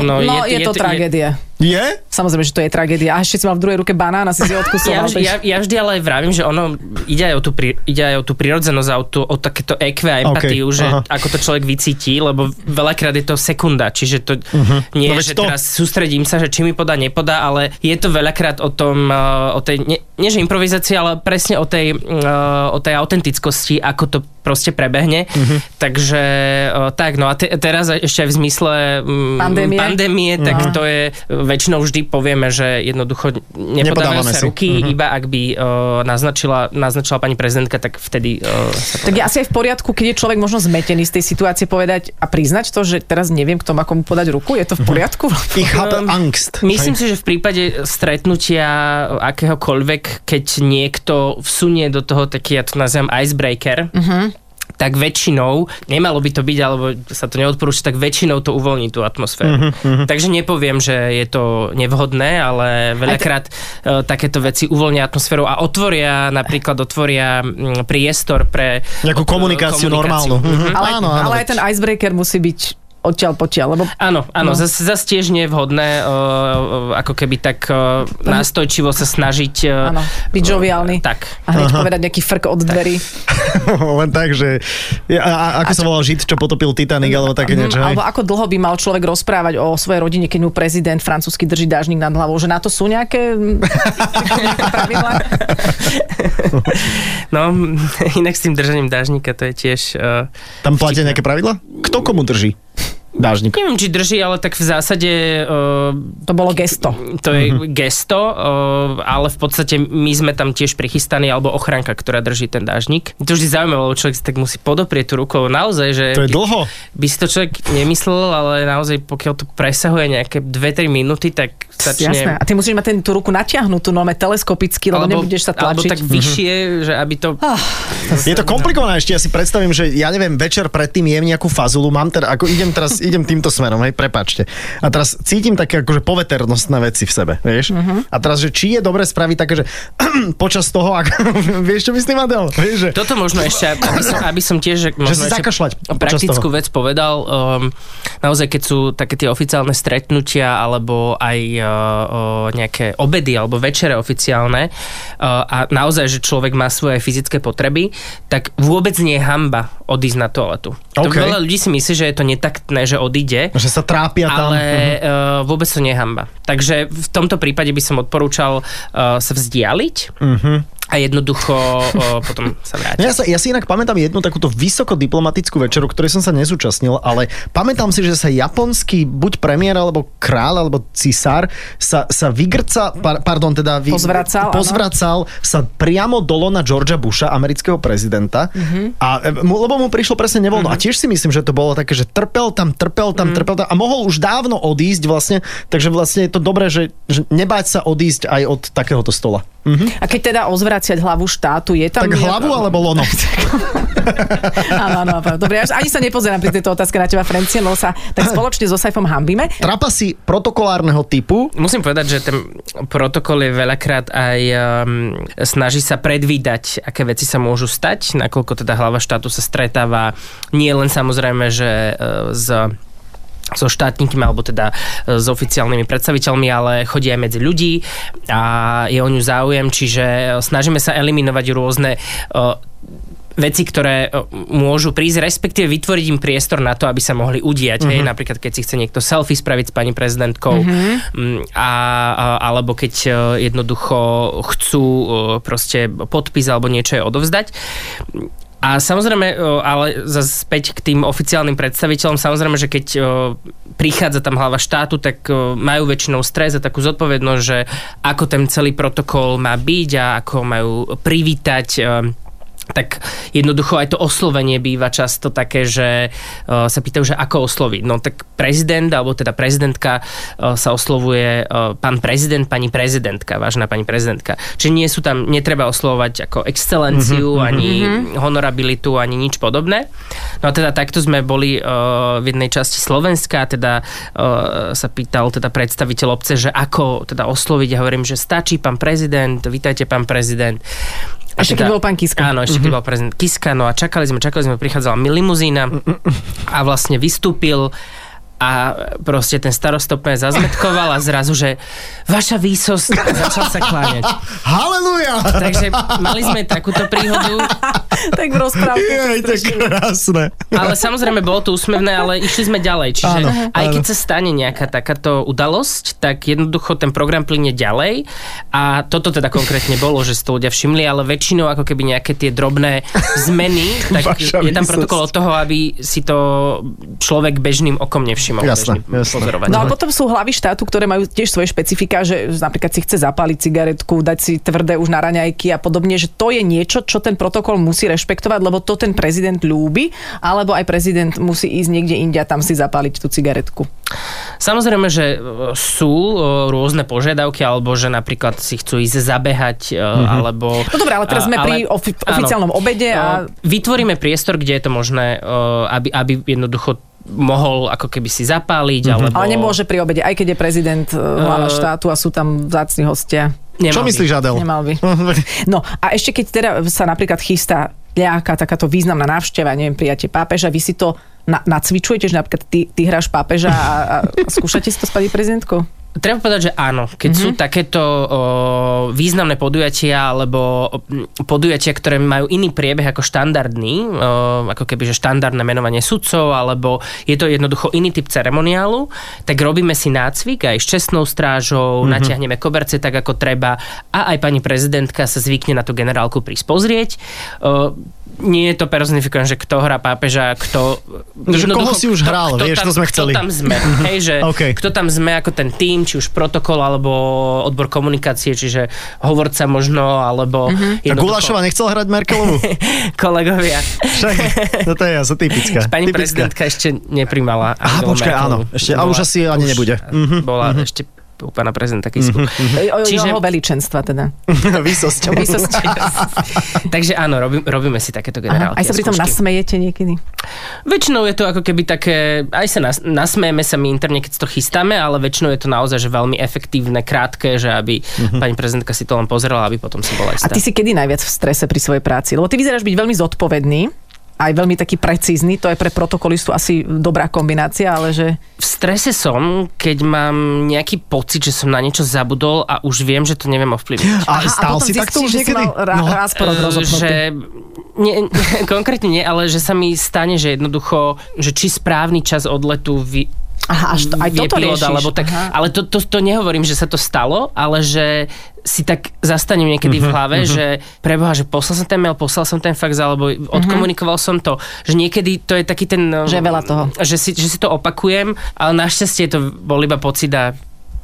[SPEAKER 4] Áno,
[SPEAKER 3] no,
[SPEAKER 4] no, je-
[SPEAKER 3] je, je,
[SPEAKER 4] je
[SPEAKER 3] to
[SPEAKER 4] to- je-
[SPEAKER 3] tragédia.
[SPEAKER 2] Je?
[SPEAKER 3] Samozrejme, že to je tragédia. A ešte si mal v druhej ruke banán a si si ho
[SPEAKER 4] Ja,
[SPEAKER 3] odkusoval.
[SPEAKER 4] vž- ja, ja vždy ale aj vravím, že ono ide aj o tú, pri, ide aj o tú prirodzenosť a o, tú, o takéto EQ a empatiu,
[SPEAKER 2] Okay,
[SPEAKER 4] že
[SPEAKER 2] aha.
[SPEAKER 4] ako to človek vycíti, lebo veľakrát je to sekunda, čiže to uh-huh. nie
[SPEAKER 2] No veď
[SPEAKER 4] je, že
[SPEAKER 2] to-
[SPEAKER 4] teraz sústredím sa, že či mi podá, nepodá, ale je to veľakrát o tom, eh, o tej, nie, nie že improvizácii, ale presne o tej, eh, o tej autentickosti, ako to proste prebehne.
[SPEAKER 2] Mhm.
[SPEAKER 4] Uh-huh. Takže eh, tak, no a te, teraz aj- ešte aj v zmysle mm,
[SPEAKER 3] Pandémie.
[SPEAKER 4] pandémie tak to
[SPEAKER 2] No.
[SPEAKER 4] je, eh, väčšinou vždy povieme, že jednoducho nepodávajú
[SPEAKER 2] Nepodávame
[SPEAKER 4] sa
[SPEAKER 2] si. Mhm.
[SPEAKER 4] ruky, mm-hmm. iba ak by uh, naznačila, naznačila pani prezidentka, tak vtedy... Uh,
[SPEAKER 3] Tak je asi aj v poriadku, keď je človek možno zmetený z tej situácie povedať a priznať to, že teraz neviem, kto má komu podať ruku. Je
[SPEAKER 4] Mhm.
[SPEAKER 3] to v poriadku?
[SPEAKER 2] Ich chápe
[SPEAKER 4] Um,
[SPEAKER 2] angst.
[SPEAKER 4] myslím si, že v prípade stretnutia akéhokoľvek, keď niekto vsunie do toho taký, ja to nazývam icebreaker,
[SPEAKER 2] Mhm.
[SPEAKER 4] mm-hmm tak väčšinou, nemalo by to byť, alebo sa to neodporúča, tak väčšinou to uvoľní tú
[SPEAKER 2] Mhm,
[SPEAKER 4] atmosféru. Mm-hmm. Takže nepoviem, že je to nevhodné, ale veľakrát e, takéto veci uvoľnia atmosféru a otvoria, napríklad otvoria mm, priestor pre...
[SPEAKER 2] Nejakú
[SPEAKER 4] e,
[SPEAKER 2] komunikáciu, normálnu. Mhm.
[SPEAKER 3] Ale,
[SPEAKER 2] áno, áno.
[SPEAKER 3] ale aj ten icebreaker musí byť odtiaľ potiaľ, lebo
[SPEAKER 4] Áno, áno, no.
[SPEAKER 3] No.
[SPEAKER 4] zase zas tiež nie je vhodné uh, ako keby tak uh, nástojčivo sa snažiť... Uh,
[SPEAKER 3] áno, byť joviálny.
[SPEAKER 4] tak.
[SPEAKER 3] A hneď povedať nejaký frk od dverí.
[SPEAKER 2] Len tak, že... A, a, ako sa volal Žid, čo potopil Titanic, alebo také niečo, hej?
[SPEAKER 3] Mm, Alebo ako dlho by mal človek rozprávať o svojej rodine, keď mu prezident francúzsky drží dážnik nad hlavou, že na to sú nejaké mm, nejaké pravidlá?
[SPEAKER 4] No, inak s tým držaním dážnika to je tiež... Uh,
[SPEAKER 2] Tam platia nejaké pravidla? Kto komu drží? Dážnik.
[SPEAKER 4] neviem, či drží, ale tak v zásade uh,
[SPEAKER 3] To bolo gesto.
[SPEAKER 4] to je
[SPEAKER 2] Mhm.
[SPEAKER 4] gesto, uh, ale v podstate my sme tam tiež prichystaní, alebo ochranka, ktorá drží ten dážnik. Je To vždy zaujímavé, lebo človek si tak musí podoprieť tú rukou. Naozaj, že...
[SPEAKER 2] To je dlho.
[SPEAKER 4] by si to človek nemyslel, ale naozaj pokiaľ to presahuje nejaké 2-3 minúty, tak začne...
[SPEAKER 3] Jasné. A ty musíš mať ten, tú ruku natiahnutú, no teleskopicky, lebo nebudeš sa
[SPEAKER 4] alebo
[SPEAKER 3] tlačiť.
[SPEAKER 2] Mhm.
[SPEAKER 4] tak vyššie, že aby to...
[SPEAKER 2] Ah. Je to komplikované ešte, ja si predstavím, že ja neviem, večer predtým jem nejakú fazulu, mám teda, ako idem teraz, idem týmto smerom, hej, prepačte. A teraz cítim také akože poveternostné veci v sebe, vieš? A teraz, že či je dobre spraviť také, že počas toho, ako, vieš, čo myslím, Adel? Vieš, že...
[SPEAKER 4] Toto možno ešte, aby som, aby som tiež... že
[SPEAKER 2] Že
[SPEAKER 4] Možno
[SPEAKER 2] si
[SPEAKER 4] ešte
[SPEAKER 2] zakašľať počas
[SPEAKER 4] praktickú
[SPEAKER 2] toho.
[SPEAKER 4] vec povedal, um, naozaj keď sú také tie oficiálne stretnutia alebo aj uh, uh, nejaké obedy alebo večere oficiálne uh, a naozaj, že človek má svoje fyzické potreby, tak vôbec nie je hamba odísť na toaletu. To
[SPEAKER 2] OK.
[SPEAKER 4] veľa ľudí si myslí, že je to netaktné, že odíde.
[SPEAKER 2] Že sa trápia tam.
[SPEAKER 4] ale uh, vôbec to nie je hamba. Takže v tomto prípade by som odporúčal uh, sa vzdialiť a jednoducho uh, potom sa vrátiť.
[SPEAKER 2] No Ja, sa, ja si inak pamätám jednu takúto vysokodiplomatickú večeru, ktorej som sa nezúčastnil, ale pamätám si, že sa japonský buď premiér, alebo kráľ, alebo cisár sa, sa vygrca, par, pardon, teda vy,
[SPEAKER 3] Pozvracal, áno.
[SPEAKER 2] pozvracal sa priamo do lona Georgia Busha, amerického prezidenta,
[SPEAKER 3] Mhm.
[SPEAKER 2] mm-hmm. a, e, mu, lebo mu prišlo presne nevoľno. Mm-hmm. A tiež si myslím, že to bolo také, že trpel tam, trpel
[SPEAKER 3] Mhm.
[SPEAKER 2] tam, mm-hmm. trpel tam a mohol už dávno odísť vlastne, takže vlastne je to dobré, že, že nebáť sa odísť aj od takéhoto stola.
[SPEAKER 3] A keď teda o obraciať hlavu štátu. Je tam
[SPEAKER 2] Tak
[SPEAKER 3] nejak-
[SPEAKER 2] hlavu alebo lono?
[SPEAKER 3] Áno, áno, áno. Dobre, až ani sa nepozerám pri tejto otázke na teba, Francien, lebo sa tak spoločne so Saifom hambíme.
[SPEAKER 2] Trapasy protokolárneho typu
[SPEAKER 4] Musím povedať, že ten protokol je veľakrát aj um, snaží sa predvídať, aké veci sa môžu stať, nakoľko teda hlava štátu sa stretáva nie len samozrejme, že uh, s so štátnikmi alebo teda e, s oficiálnymi predstaviteľmi, ale chodí aj medzi ľudí a je o ňu záujem, čiže e, snažíme sa eliminovať rôzne e, veci, ktoré e, môžu prísť, respektíve vytvoriť im priestor na to, aby sa mohli udiať. Mm-hmm. Hej, napríklad, keď si chce niekto selfie spraviť s pani prezidentkou, mm-hmm. a, a, alebo keď e, jednoducho chcú e, proste podpis alebo niečo je odovzdať. A samozrejme, e, ale zase späť k tým oficiálnym predstaviteľom, samozrejme, že keď e, prichádza tam hlava štátu, tak e, majú väčšinou stres a takú zodpovednosť, že ako ten celý protokol má byť a ako majú privítať e, tak jednoducho aj to oslovenie býva často také, že eh, sa pýtajú, že ako osloviť. No tak prezident, alebo teda prezidentka eh, sa oslovuje eh, pán prezident, pani prezidentka, vážna pani prezidentka. Čiže nie sú tam, netreba oslovovať ako
[SPEAKER 3] Mhm,
[SPEAKER 4] excelenciu, mm-hmm, ani mm-hmm. honorabilitu, ani nič podobné. No a teda takto sme boli eh, v jednej časti Slovenska, teda eh, sa pýtal teda predstaviteľ obce, že ako teda osloviť. Ja hovorím, že stačí pán prezident, vítajte pán prezident. A
[SPEAKER 3] Ešte keď bol pán Kiska.
[SPEAKER 4] Áno, ešte keď bol prezident Kiska, no a čakali sme, čakali sme, prichádzala mi limuzína a vlastne vystúpil a proste ten starosta úplne zazmetkoval a zrazu, že vaša výsosť a začal sa kláňať.
[SPEAKER 2] Haleluja!
[SPEAKER 4] Takže mali sme takúto príhodu,
[SPEAKER 3] tak v rozprávke.
[SPEAKER 2] Jej, to je krásne.
[SPEAKER 4] ale samozrejme bolo to úsmevné, ale išli sme ďalej. Čiže
[SPEAKER 2] Áno,
[SPEAKER 4] áno, aj
[SPEAKER 2] áno.
[SPEAKER 4] keď sa stane nejaká takáto udalosť, tak jednoducho ten program plyne ďalej a toto teda konkrétne bolo, že si to ľudia všimli, ale väčšinou ako keby nejaké tie drobné zmeny, tak
[SPEAKER 2] Vaša
[SPEAKER 4] je tam
[SPEAKER 2] výsosť.
[SPEAKER 4] protokol od toho, aby si to človek bežným okom nevšimol.
[SPEAKER 2] Jasné,
[SPEAKER 4] bežný
[SPEAKER 2] jasné.
[SPEAKER 4] pozorovateľ.
[SPEAKER 3] No a potom sú hlavy štátu, ktoré majú tiež svoje špecifika, že napríklad si chce zapáliť cigaretku, dať si tvrdé už na raňajky a podobne, že to je niečo, čo ten protokol musí rešpektovať, lebo to ten prezident ľúbi, alebo aj prezident musí ísť niekde india tam si zapáliť tú cigaretku.
[SPEAKER 4] Samozrejme, že e, sú e, rôzne požiadavky, alebo že napríklad si chcú ísť zabehať, e,
[SPEAKER 2] Mhm.
[SPEAKER 4] alebo...
[SPEAKER 3] No dobré, ale teraz sme
[SPEAKER 4] a-
[SPEAKER 3] pri ofi- oficiálnom obede a-
[SPEAKER 4] E, Vytvoríme priestor, kde je to možné, e, aby, aby jednoducho mohol ako keby si zapáliť,
[SPEAKER 2] Mhm.
[SPEAKER 4] alebo...
[SPEAKER 3] Ale nemôže pri obede, aj keď je prezident eh,
[SPEAKER 4] Eh.
[SPEAKER 3] hlava štátu a sú tam vzácni hostia.
[SPEAKER 4] Nemal
[SPEAKER 2] Čo
[SPEAKER 4] by.
[SPEAKER 2] myslíš, Adel?
[SPEAKER 3] Nemal by. No a ešte keď teda sa napríklad chystá nejaká takáto významná návšteva, neviem, prijatie pápeža, vy si to na, nacvičujete, že napríklad ty, ty hráš pápeža a, a skúšate si to s pani prezidentkou?
[SPEAKER 4] Treba povedať, že áno. Keď mm-hmm. sú
[SPEAKER 2] Mhm.
[SPEAKER 4] takéto o, významné podujatia alebo mm, podujatia, ktoré majú iný priebeh ako štandardný, o, ako keby že štandardné menovanie sudcov, alebo je to jednoducho iný typ ceremoniálu, tak robíme si nácvik aj s čestnou
[SPEAKER 2] Mhm.
[SPEAKER 4] strážou, mm-hmm. natiahneme koberce tak ako treba a aj pani prezidentka sa zvykne na tú generálku prísť pozrieť. O, nie je to personifikované, že kto hrá pápeža, kto...
[SPEAKER 2] Že koho
[SPEAKER 4] jednoducho,
[SPEAKER 2] si už hral, vieš, to sme chceli.
[SPEAKER 4] Kto tam sme, hej, že
[SPEAKER 2] OK.
[SPEAKER 4] okay. kto tam sme ako ten tým, či už protokol alebo odbor komunikácie, čiže hovorca možno, alebo mm-hmm.
[SPEAKER 2] A Mhm. Gulašova nechcel hrať Merkelovu?
[SPEAKER 4] kolegovia.
[SPEAKER 2] Však, no to je jasné, typická.
[SPEAKER 4] Pani
[SPEAKER 2] typická.
[SPEAKER 4] prezidentka ešte neprimala.
[SPEAKER 2] Aha,
[SPEAKER 4] Angelu
[SPEAKER 2] počkaj,
[SPEAKER 4] Merkelovú.
[SPEAKER 2] áno, ešte- a už asi ani nebude. Mhm,
[SPEAKER 4] Bola ešte u pána prezidenta Kisku.
[SPEAKER 3] O, o,
[SPEAKER 4] Čiže-
[SPEAKER 3] Jeho veličenstva teda.
[SPEAKER 2] Výsosť.
[SPEAKER 3] Vysosť.
[SPEAKER 4] Takže áno, robí, robíme si takéto
[SPEAKER 3] Aha,
[SPEAKER 4] generálky.
[SPEAKER 3] aj sa
[SPEAKER 4] a
[SPEAKER 3] pri tom
[SPEAKER 4] skúšky.
[SPEAKER 3] nasmejete niekedy.
[SPEAKER 4] Väčšinou je to ako keby také, aj sa nas, nasmejeme sa my interne, keď si to chystáme, ale väčšinou je to naozaj že veľmi efektívne, krátke, že aby
[SPEAKER 2] Mhm.
[SPEAKER 4] pani prezidentka si to len pozrela, aby potom si bola
[SPEAKER 3] A
[SPEAKER 4] istá.
[SPEAKER 3] ty si kedy najviac v strese pri svojej práci? Lebo ty vyzeráš byť veľmi zodpovedný, aj veľmi taký precízny, to je pre protokolistu asi dobrá kombinácia, ale že...
[SPEAKER 4] V strese som, keď mám nejaký pocit, že som na niečo zabudol a už viem, že to neviem ovplyvniť.
[SPEAKER 2] A stál
[SPEAKER 3] potom
[SPEAKER 2] si takto
[SPEAKER 3] zistíš,
[SPEAKER 2] už
[SPEAKER 3] že si
[SPEAKER 2] niekedy?
[SPEAKER 3] mal Ra- no, raz porod
[SPEAKER 4] Eh,
[SPEAKER 3] rozopnutý.
[SPEAKER 4] že nie, konkrétne nie, ale že sa mi stane, že jednoducho, že či správny čas odletu vy,
[SPEAKER 3] Aha, až to, aj
[SPEAKER 4] vie
[SPEAKER 3] toto
[SPEAKER 4] pilot,
[SPEAKER 3] riešiš.
[SPEAKER 4] alebo tak,
[SPEAKER 3] Aha.
[SPEAKER 4] Ale to, to, to nehovorím, že sa to stalo, ale že si tak zastanem niekedy
[SPEAKER 2] Mhm,
[SPEAKER 4] v hlave, že preboha, že poslal som ten mail, poslal som ten fax, alebo odkomunikoval som to. Že niekedy to je taký ten...
[SPEAKER 3] Že Mhm. je veľa toho.
[SPEAKER 4] Že si, že si to opakujem, ale našťastie to bol iba pocit a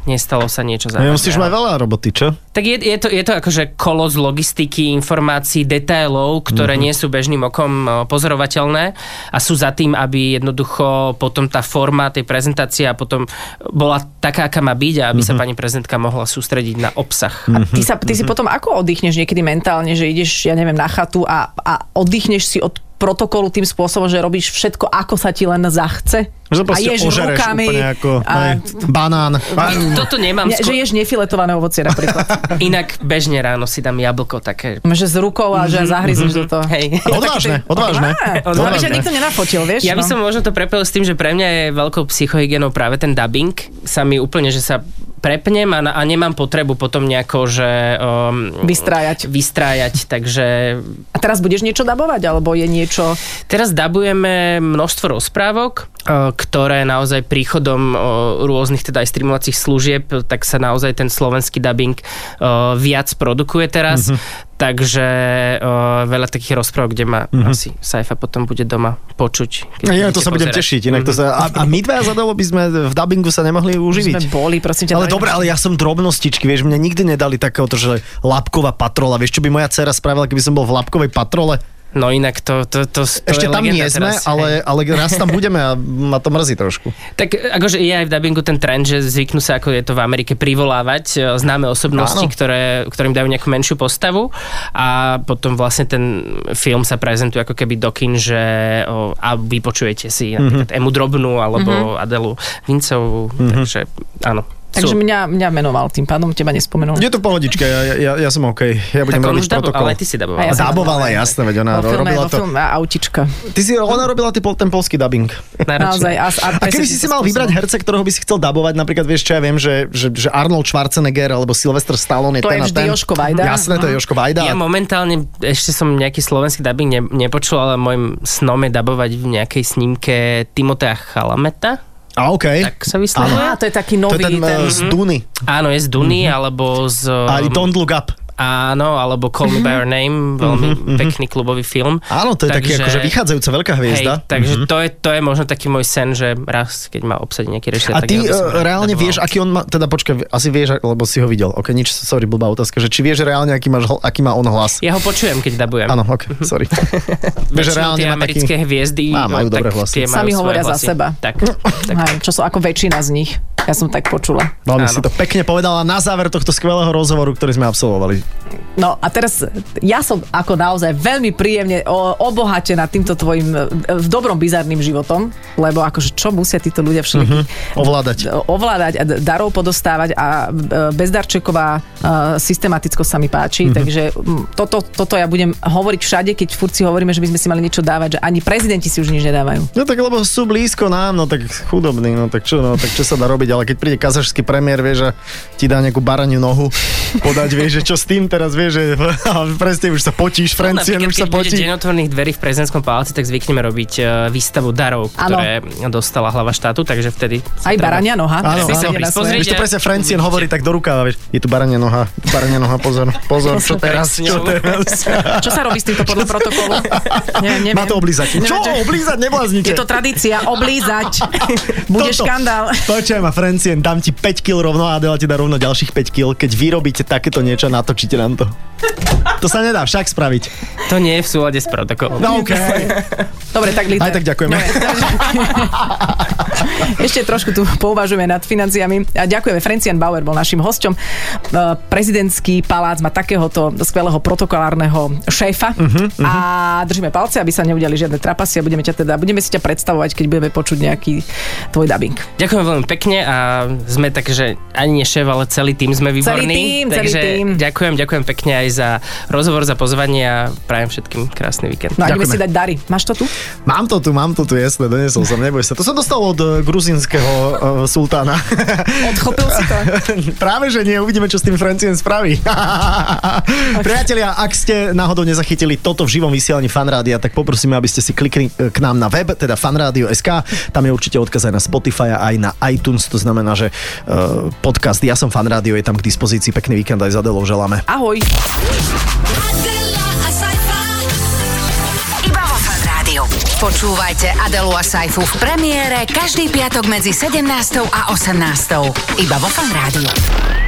[SPEAKER 4] nestalo sa niečo
[SPEAKER 2] No,
[SPEAKER 4] závažné.
[SPEAKER 2] musíš mať veľa roboty, čo?
[SPEAKER 4] Tak je, je, to, je to akože kolo z logistiky, informácií, detailov, ktoré mm-hmm. nie sú bežným okom e, pozorovateľné a sú za tým, aby jednoducho potom tá forma tej prezentácie a potom bola taká, aká má byť a aby mm-hmm. sa pani prezidentka mohla sústrediť na obsah. Mm-hmm.
[SPEAKER 2] Mhm.
[SPEAKER 3] Ty, sa, ty si potom ako oddychneš niekedy mentálne, že ideš, ja neviem, na chatu a, a oddychneš si od protokolu tým spôsobom, že robíš všetko, ako sa ti len zachce?
[SPEAKER 2] Že
[SPEAKER 3] a
[SPEAKER 2] proste
[SPEAKER 3] ješ
[SPEAKER 2] ožereš
[SPEAKER 3] rukami.
[SPEAKER 2] úplne ako
[SPEAKER 3] a,
[SPEAKER 2] hej, banán.
[SPEAKER 4] Toto nemám
[SPEAKER 3] ne, že
[SPEAKER 4] skôr.
[SPEAKER 3] ješ nefiletované ovocie napríklad.
[SPEAKER 4] Inak bežne ráno si dám jablko také.
[SPEAKER 3] že z rukou a že zahryzneš do toho.
[SPEAKER 4] Mhm, Hej.
[SPEAKER 2] Odvážne, odvážne.
[SPEAKER 3] Á,
[SPEAKER 4] Odvážne.
[SPEAKER 3] Aby ťa nikto nenafotil, vieš? no.
[SPEAKER 4] Ja by som možno to prepel s tým, že pre mňa je veľkou psychohygienou práve ten dubbing. Sa mi úplne, že sa prepnem a, na- a nemám potrebu potom nejako, že... Um,
[SPEAKER 3] Vystrájať.
[SPEAKER 4] Vystrájať, takže...
[SPEAKER 3] A teraz budeš niečo dabovať, alebo je niečo...
[SPEAKER 4] Teraz dabujeme množstvo rozprávok, e, ktoré naozaj príchodom e, rôznych teda aj streamovacích služieb, tak sa naozaj ten slovenský dubbing e, viac produkuje teraz.
[SPEAKER 2] Mhm.
[SPEAKER 4] Takže e, veľa takých rozprávok, kde ma asi Saifa potom bude doma počuť. keď
[SPEAKER 2] Mhm. No, Ja
[SPEAKER 4] budete
[SPEAKER 2] to sa budem
[SPEAKER 4] pozerať.
[SPEAKER 2] tešiť, inak to sa... A, a my dvaja zadalo by sme v dubbingu sa nemohli uživiť.
[SPEAKER 3] Sme boli, prosím ťa.
[SPEAKER 2] Ale
[SPEAKER 3] dali-
[SPEAKER 2] dobre, ale ja som drobnostičky, vieš, mne nikdy nedali takéhoto, že labková patrola, vieš, čo by moja dcera spravila, keby som bol v labkovej patrole?
[SPEAKER 4] No inak to, to, to, to je
[SPEAKER 2] Ešte tam nie
[SPEAKER 4] legenda
[SPEAKER 2] sme,
[SPEAKER 4] teraz, hej.
[SPEAKER 2] ale, ale raz tam budeme a ma to mrzí trošku.
[SPEAKER 4] Tak e, akože je aj v dubbingu ten trend, že zvyknú sa, ako je to v Amerike, privolávať e, známe osobnosti,
[SPEAKER 2] Áno.
[SPEAKER 4] ktoré, ktorým dajú nejakú menšiu postavu a potom vlastne ten film sa prezentuje ako keby do kin, že o, a vy počujete
[SPEAKER 2] Mhm.
[SPEAKER 4] si napríklad Emu Drobnú alebo Adelu Vincovú,
[SPEAKER 2] Mhm.
[SPEAKER 4] takže áno.
[SPEAKER 3] Mhm. Takže
[SPEAKER 4] sú.
[SPEAKER 3] mňa, mňa menoval tým pádom, teba nespomenul.
[SPEAKER 2] Je to pohodička, ja, ja- ja, ja som OK. Ja
[SPEAKER 4] tak
[SPEAKER 2] budem
[SPEAKER 4] on
[SPEAKER 2] robiť
[SPEAKER 4] už daboval,
[SPEAKER 2] protokol.
[SPEAKER 4] ale aj ty si daboval.
[SPEAKER 3] A ja
[SPEAKER 2] A
[SPEAKER 3] som
[SPEAKER 2] dábovala, jasné, veď ona
[SPEAKER 3] Vo filme,
[SPEAKER 2] robila
[SPEAKER 3] vo
[SPEAKER 2] to.
[SPEAKER 3] filme a autička.
[SPEAKER 2] Ty si, ona robila ty, pol- ten polský dubbing.
[SPEAKER 3] Naozaj. A, a,
[SPEAKER 2] A keby si si mal vybrať herce, ktorého by si chcel dabovať, napríklad vieš, čo ja viem, že, že, že Arnold Schwarzenegger alebo Sylvester Stallone je
[SPEAKER 3] To
[SPEAKER 2] ten
[SPEAKER 3] je
[SPEAKER 2] a
[SPEAKER 3] vždy
[SPEAKER 2] ten.
[SPEAKER 3] Jožko Vajda.
[SPEAKER 2] Jasné, to je Joško Vajda.
[SPEAKER 4] Ja momentálne ešte som nejaký slovenský dubbing ne, nepočul, ale môjim snom je dabovať v nejakej snímke Timotea Chalameta,
[SPEAKER 2] A OK.
[SPEAKER 4] tak sa vyslovuje.
[SPEAKER 3] Á, to je taký
[SPEAKER 2] no? To je ten,
[SPEAKER 3] nový. ten,
[SPEAKER 2] eh, z Duny.
[SPEAKER 4] Áno, je z Duny,
[SPEAKER 2] Mhm.
[SPEAKER 4] alebo z... um,
[SPEAKER 2] A Don't Look Up.
[SPEAKER 4] Áno, alebo Call Me By Your Name, veľmi
[SPEAKER 2] Mhm,
[SPEAKER 4] pekný klubový film.
[SPEAKER 2] Áno, to je taký
[SPEAKER 4] Takže-
[SPEAKER 2] akože vychádzajúca veľká
[SPEAKER 4] Hej,
[SPEAKER 2] hviezda. Mhm.
[SPEAKER 4] takže to je, to je možno taký môj sen, že raz, keď ma obsadí nejaký režisér,
[SPEAKER 2] A
[SPEAKER 4] tak ja
[SPEAKER 2] ty
[SPEAKER 4] by som
[SPEAKER 2] e,
[SPEAKER 4] rád
[SPEAKER 2] reálne
[SPEAKER 4] daboval.
[SPEAKER 2] vieš, aký on má, teda počkaj, asi vieš, lebo si ho videl. Ok, nič, sorry, blbá otázka, že či vieš reálne, aký, máš, hl- aký má on hlas?
[SPEAKER 4] Ja ho počujem, keď dabujem.
[SPEAKER 2] Áno, ok, sorry.
[SPEAKER 4] Väčšinou
[SPEAKER 2] vieš, reálne
[SPEAKER 4] tie
[SPEAKER 2] má
[SPEAKER 4] americké
[SPEAKER 2] taký...
[SPEAKER 4] hviezdy
[SPEAKER 2] Á,
[SPEAKER 4] no,
[SPEAKER 2] majú
[SPEAKER 4] tak
[SPEAKER 2] dobré hlasy.
[SPEAKER 4] tie majú
[SPEAKER 3] Sami
[SPEAKER 4] svoje
[SPEAKER 3] hovoria za
[SPEAKER 4] hlasy.
[SPEAKER 3] seba.
[SPEAKER 4] Tak, tak.
[SPEAKER 3] Hej, čo sú ako väčšina z nich. Ja som tak počula.
[SPEAKER 2] Veľmi
[SPEAKER 4] Áno.
[SPEAKER 2] si to pekne povedala na záver tohto skvelého rozhovoru, ktorý sme absolvovali.
[SPEAKER 3] No a teraz ja som ako naozaj veľmi príjemne o- obohatená týmto tvojim e, v dobrom bizarným životom, lebo akože čo musia títo ľudia všetky
[SPEAKER 2] Mhm.
[SPEAKER 4] No.
[SPEAKER 2] Ovládať.
[SPEAKER 3] ovládať a d- darov podostávať a e, bezdarčeková e, systematickosť sa
[SPEAKER 2] Mhm.
[SPEAKER 3] mi páči, takže mm, toto, toto ja budem hovoriť všade, keď furt si hovoríme, že by sme si mali niečo dávať, že ani prezidenti si už nič nedávajú.
[SPEAKER 2] No tak lebo sú blízko nám, no tak chudobný, no tak čo, no tak čo sa dá robiť, ale keď príde kazašský premiér, vieš, a ti dá nejakú baraniu nohu podať, vieš, že čo s tým teraz, vieš, že presne už sa potíš, Francien
[SPEAKER 4] No, Napríklad,
[SPEAKER 2] už sa
[SPEAKER 4] keď bude
[SPEAKER 2] potí.
[SPEAKER 4] deň otvorených dverí v prezidentskom paláci, tak zvykneme robiť e, výstavu darov,
[SPEAKER 3] Áno.
[SPEAKER 4] ktoré dostala hlava štátu, takže vtedy... sa
[SPEAKER 3] Aj
[SPEAKER 4] treba-
[SPEAKER 3] barania noha.
[SPEAKER 2] Áno,
[SPEAKER 3] si
[SPEAKER 2] áno.
[SPEAKER 3] sedí na svoje.
[SPEAKER 4] Pozrite.
[SPEAKER 2] Vieš to presne Francien hovorí tak do rukáva, vieš, je tu barania noha, barania noha, pozor, pozor, čo teraz, čo teraz.
[SPEAKER 3] Čo sa robí s týmto podľa protokolu? Neviem, neviem.
[SPEAKER 2] Má to oblízať. Čo?
[SPEAKER 3] Neviem,
[SPEAKER 2] Oblízať? Nebláznite.
[SPEAKER 3] Je to tradícia, oblízať. Bude
[SPEAKER 2] Toto.
[SPEAKER 3] škandál.
[SPEAKER 2] Počkaj ma, Francien, dám ti 5 kg rovno a Adela ti dá rovno ďalších 5 kg. Keď vyrobíte takéto niečo, natočíte nám to. To sa nedá však spraviť.
[SPEAKER 4] To nie je v súlade s protokolom.
[SPEAKER 2] No OK.
[SPEAKER 3] Dobre, tak Lita.
[SPEAKER 2] Aj tak ďakujeme.
[SPEAKER 3] Ešte trošku tu pouvažujeme nad financiami. A ďakujeme. Francian Bauer bol našim hosťom. E, Prezidentský palác má takéhoto skvelého protokolárneho šéfa. Uh-huh,
[SPEAKER 2] Mhm,
[SPEAKER 3] uh-huh. A držíme palce, aby sa neudiali žiadne trapasy a budeme, ťa teda, budeme si ťa predstavovať, keď budeme počuť nejaký tvoj dubbing.
[SPEAKER 4] Ďakujem veľmi pekne a sme tak, že ani nie šéf, ale celý tým sme výborní.
[SPEAKER 3] tým, celý
[SPEAKER 4] takže
[SPEAKER 3] tým.
[SPEAKER 4] ďakujem, ďakujem pekne aj za rozhovor, za pozvanie a prajem všetkým krásny víkend.
[SPEAKER 3] No a ideme
[SPEAKER 2] Ďakujeme.
[SPEAKER 3] si dať dary. Máš to tu?
[SPEAKER 2] Mám to tu, mám to tu, jasné, donesol som, neboj sa. To som dostal od eh, gruzinského uh, sultána.
[SPEAKER 3] Odchopil si to?
[SPEAKER 2] Práve, že nie, uvidíme, čo s tým Francien spraví. Priatelia, ak ste náhodou nezachytili toto v živom vysielaní fanrádia, tak poprosíme, aby ste si klikli e, k nám na web, teda fanradio.sk. Tam je určite odkaz aj na Spotify, aj na iTunes, to znamená, že uh, podcast Ja som fanrádio je tam k dispozícii. Pekný víkend aj za Delou želáme.
[SPEAKER 3] Ahoj.
[SPEAKER 5] Adela, a sci-fi.
[SPEAKER 1] Iba vo Fan Rádiu. Počúvajte Adelu a Saifu v premiére každý piatok medzi 17. a 18. Iba vo Fan Rádiu.